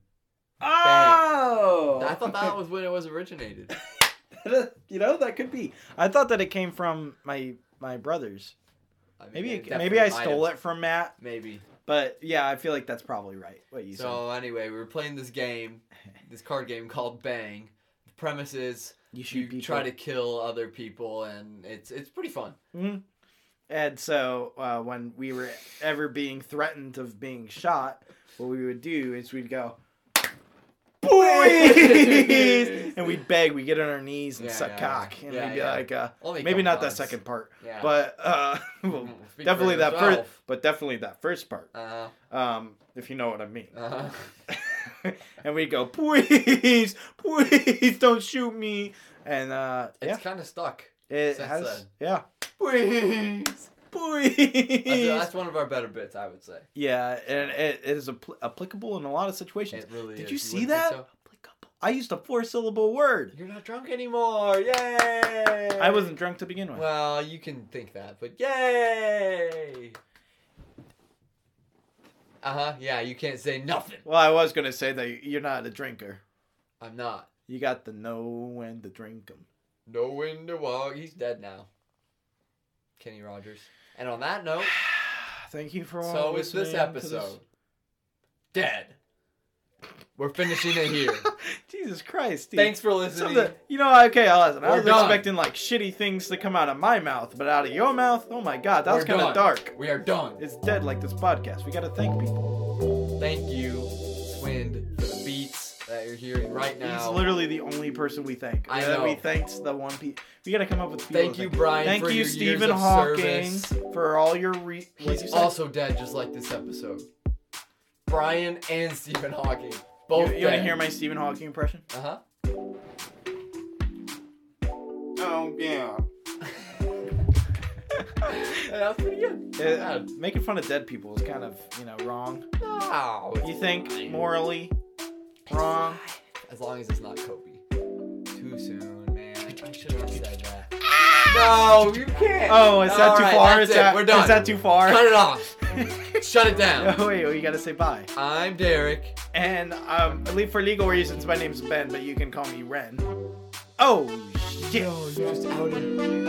S12: Oh,
S2: I thought that was when it was originated.
S12: you know that could be. I thought that it came from my my brothers.
S2: I mean,
S12: Maybe
S2: it
S12: it, maybe I
S2: definitely might
S12: stole
S2: have-
S12: it from Matt,
S2: Maybe.
S12: but yeah, I feel like that's probably right. What you
S2: So anyway, we were playing this game, this card game called Bang. The premise is
S12: said. You
S2: you
S12: should
S2: try to kill other people, and it's it's pretty fun.
S12: And so uh, when we were ever being threatened of being shot, what we would do is we'd go, boys, and we'd beg, we would get on our knees and
S2: Yeah,
S12: suck
S2: yeah,
S12: cock,
S2: yeah.
S12: and
S2: Yeah,
S12: we'd be
S2: yeah.
S12: like, uh,
S2: Only a couple
S12: maybe not that
S2: times.
S12: second part,
S2: Yeah.
S12: but uh, well,
S2: Speak for
S12: definitely that first,
S2: yourself.
S12: but definitely that first part,
S2: Uh,
S12: um, if you know what I mean.
S2: uh,
S12: and we'd go, please, please don't shoot me, and uh,
S2: it's
S12: yeah,
S2: kind of stuck.
S12: it
S2: since
S12: has,
S2: then.
S12: yeah,
S2: Please. That's,
S12: please.
S2: that's one of our better bits, I would say.
S12: Yeah, and it, it is appl applicable in a lot of situations.
S2: It really
S12: Did
S2: is.
S12: you see
S2: wouldn't think
S12: that? Applicable. I used a four syllable word.
S2: You're not drunk anymore. Yay!
S12: I wasn't drunk to begin with.
S2: Well, you can think that, but yay! Uh huh. Yeah, you can't say nothing.
S12: Well, I was going to say that you're not a drinker.
S2: I'm not.
S12: You got to know when to drink 'em.
S2: No wind to walk. He's dead now. Kenny Rogers. And on that note,
S12: Thank you for all
S2: so is this
S12: listening to
S2: episode. Dead. We're finishing it here.
S12: Jesus Christ, dude.
S2: Thanks for
S12: Some of
S2: listening.
S12: the, you know, okay, I'll listen. I
S2: We're
S12: was
S2: done.
S12: expecting like shitty things to come out of my mouth, but out of your mouth, oh my god, that was
S2: We're
S12: kind
S2: done.
S12: of dark.
S2: We are done.
S12: It's dead like this podcast. We got to thank people.
S2: Thank you, Swind, for the beats that you're hearing right
S12: He's
S2: now.
S12: literally the only person we thank.
S2: I
S12: Uh,
S2: know.
S12: We thanked the one pe. We gotta come up with. people
S2: Thank
S12: to
S2: you, Brian,
S12: Thank
S2: for
S12: you,
S2: your
S12: Stephen
S2: years of
S12: Hawking,
S2: service.
S12: for all your. Re- what'd you
S2: He's
S12: say?
S2: also dead, just like this episode. Brian and Stephen Hawking.
S12: You,
S2: Both.
S12: you wanna hear my Stephen Hawking impression?
S2: Uh huh.
S6: Oh, yeah.
S2: That was pretty good.
S12: Uh,
S2: Yeah.
S12: making fun of dead people is kind of you know wrong.
S2: No. it's
S12: You think
S2: fine.
S12: morally wrong?
S2: As long as it's not Kobe. Too soon, man. I should have said that. No, you can't.
S12: Oh, is that
S2: All
S12: too
S2: right,
S12: far?
S2: that's
S12: Is
S2: it.
S12: that,
S2: We're done.
S12: is that too far?
S2: Cut it off. Shut it down.
S12: Oh, wait, you gotta say bye.
S2: I'm Derek.
S12: And um, leave for legal reasons. My name's Ben, but you can call me Ren. Oh shit.
S2: Just outed.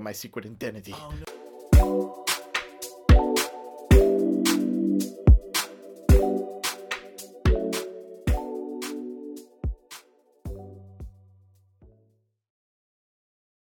S12: My secret identity.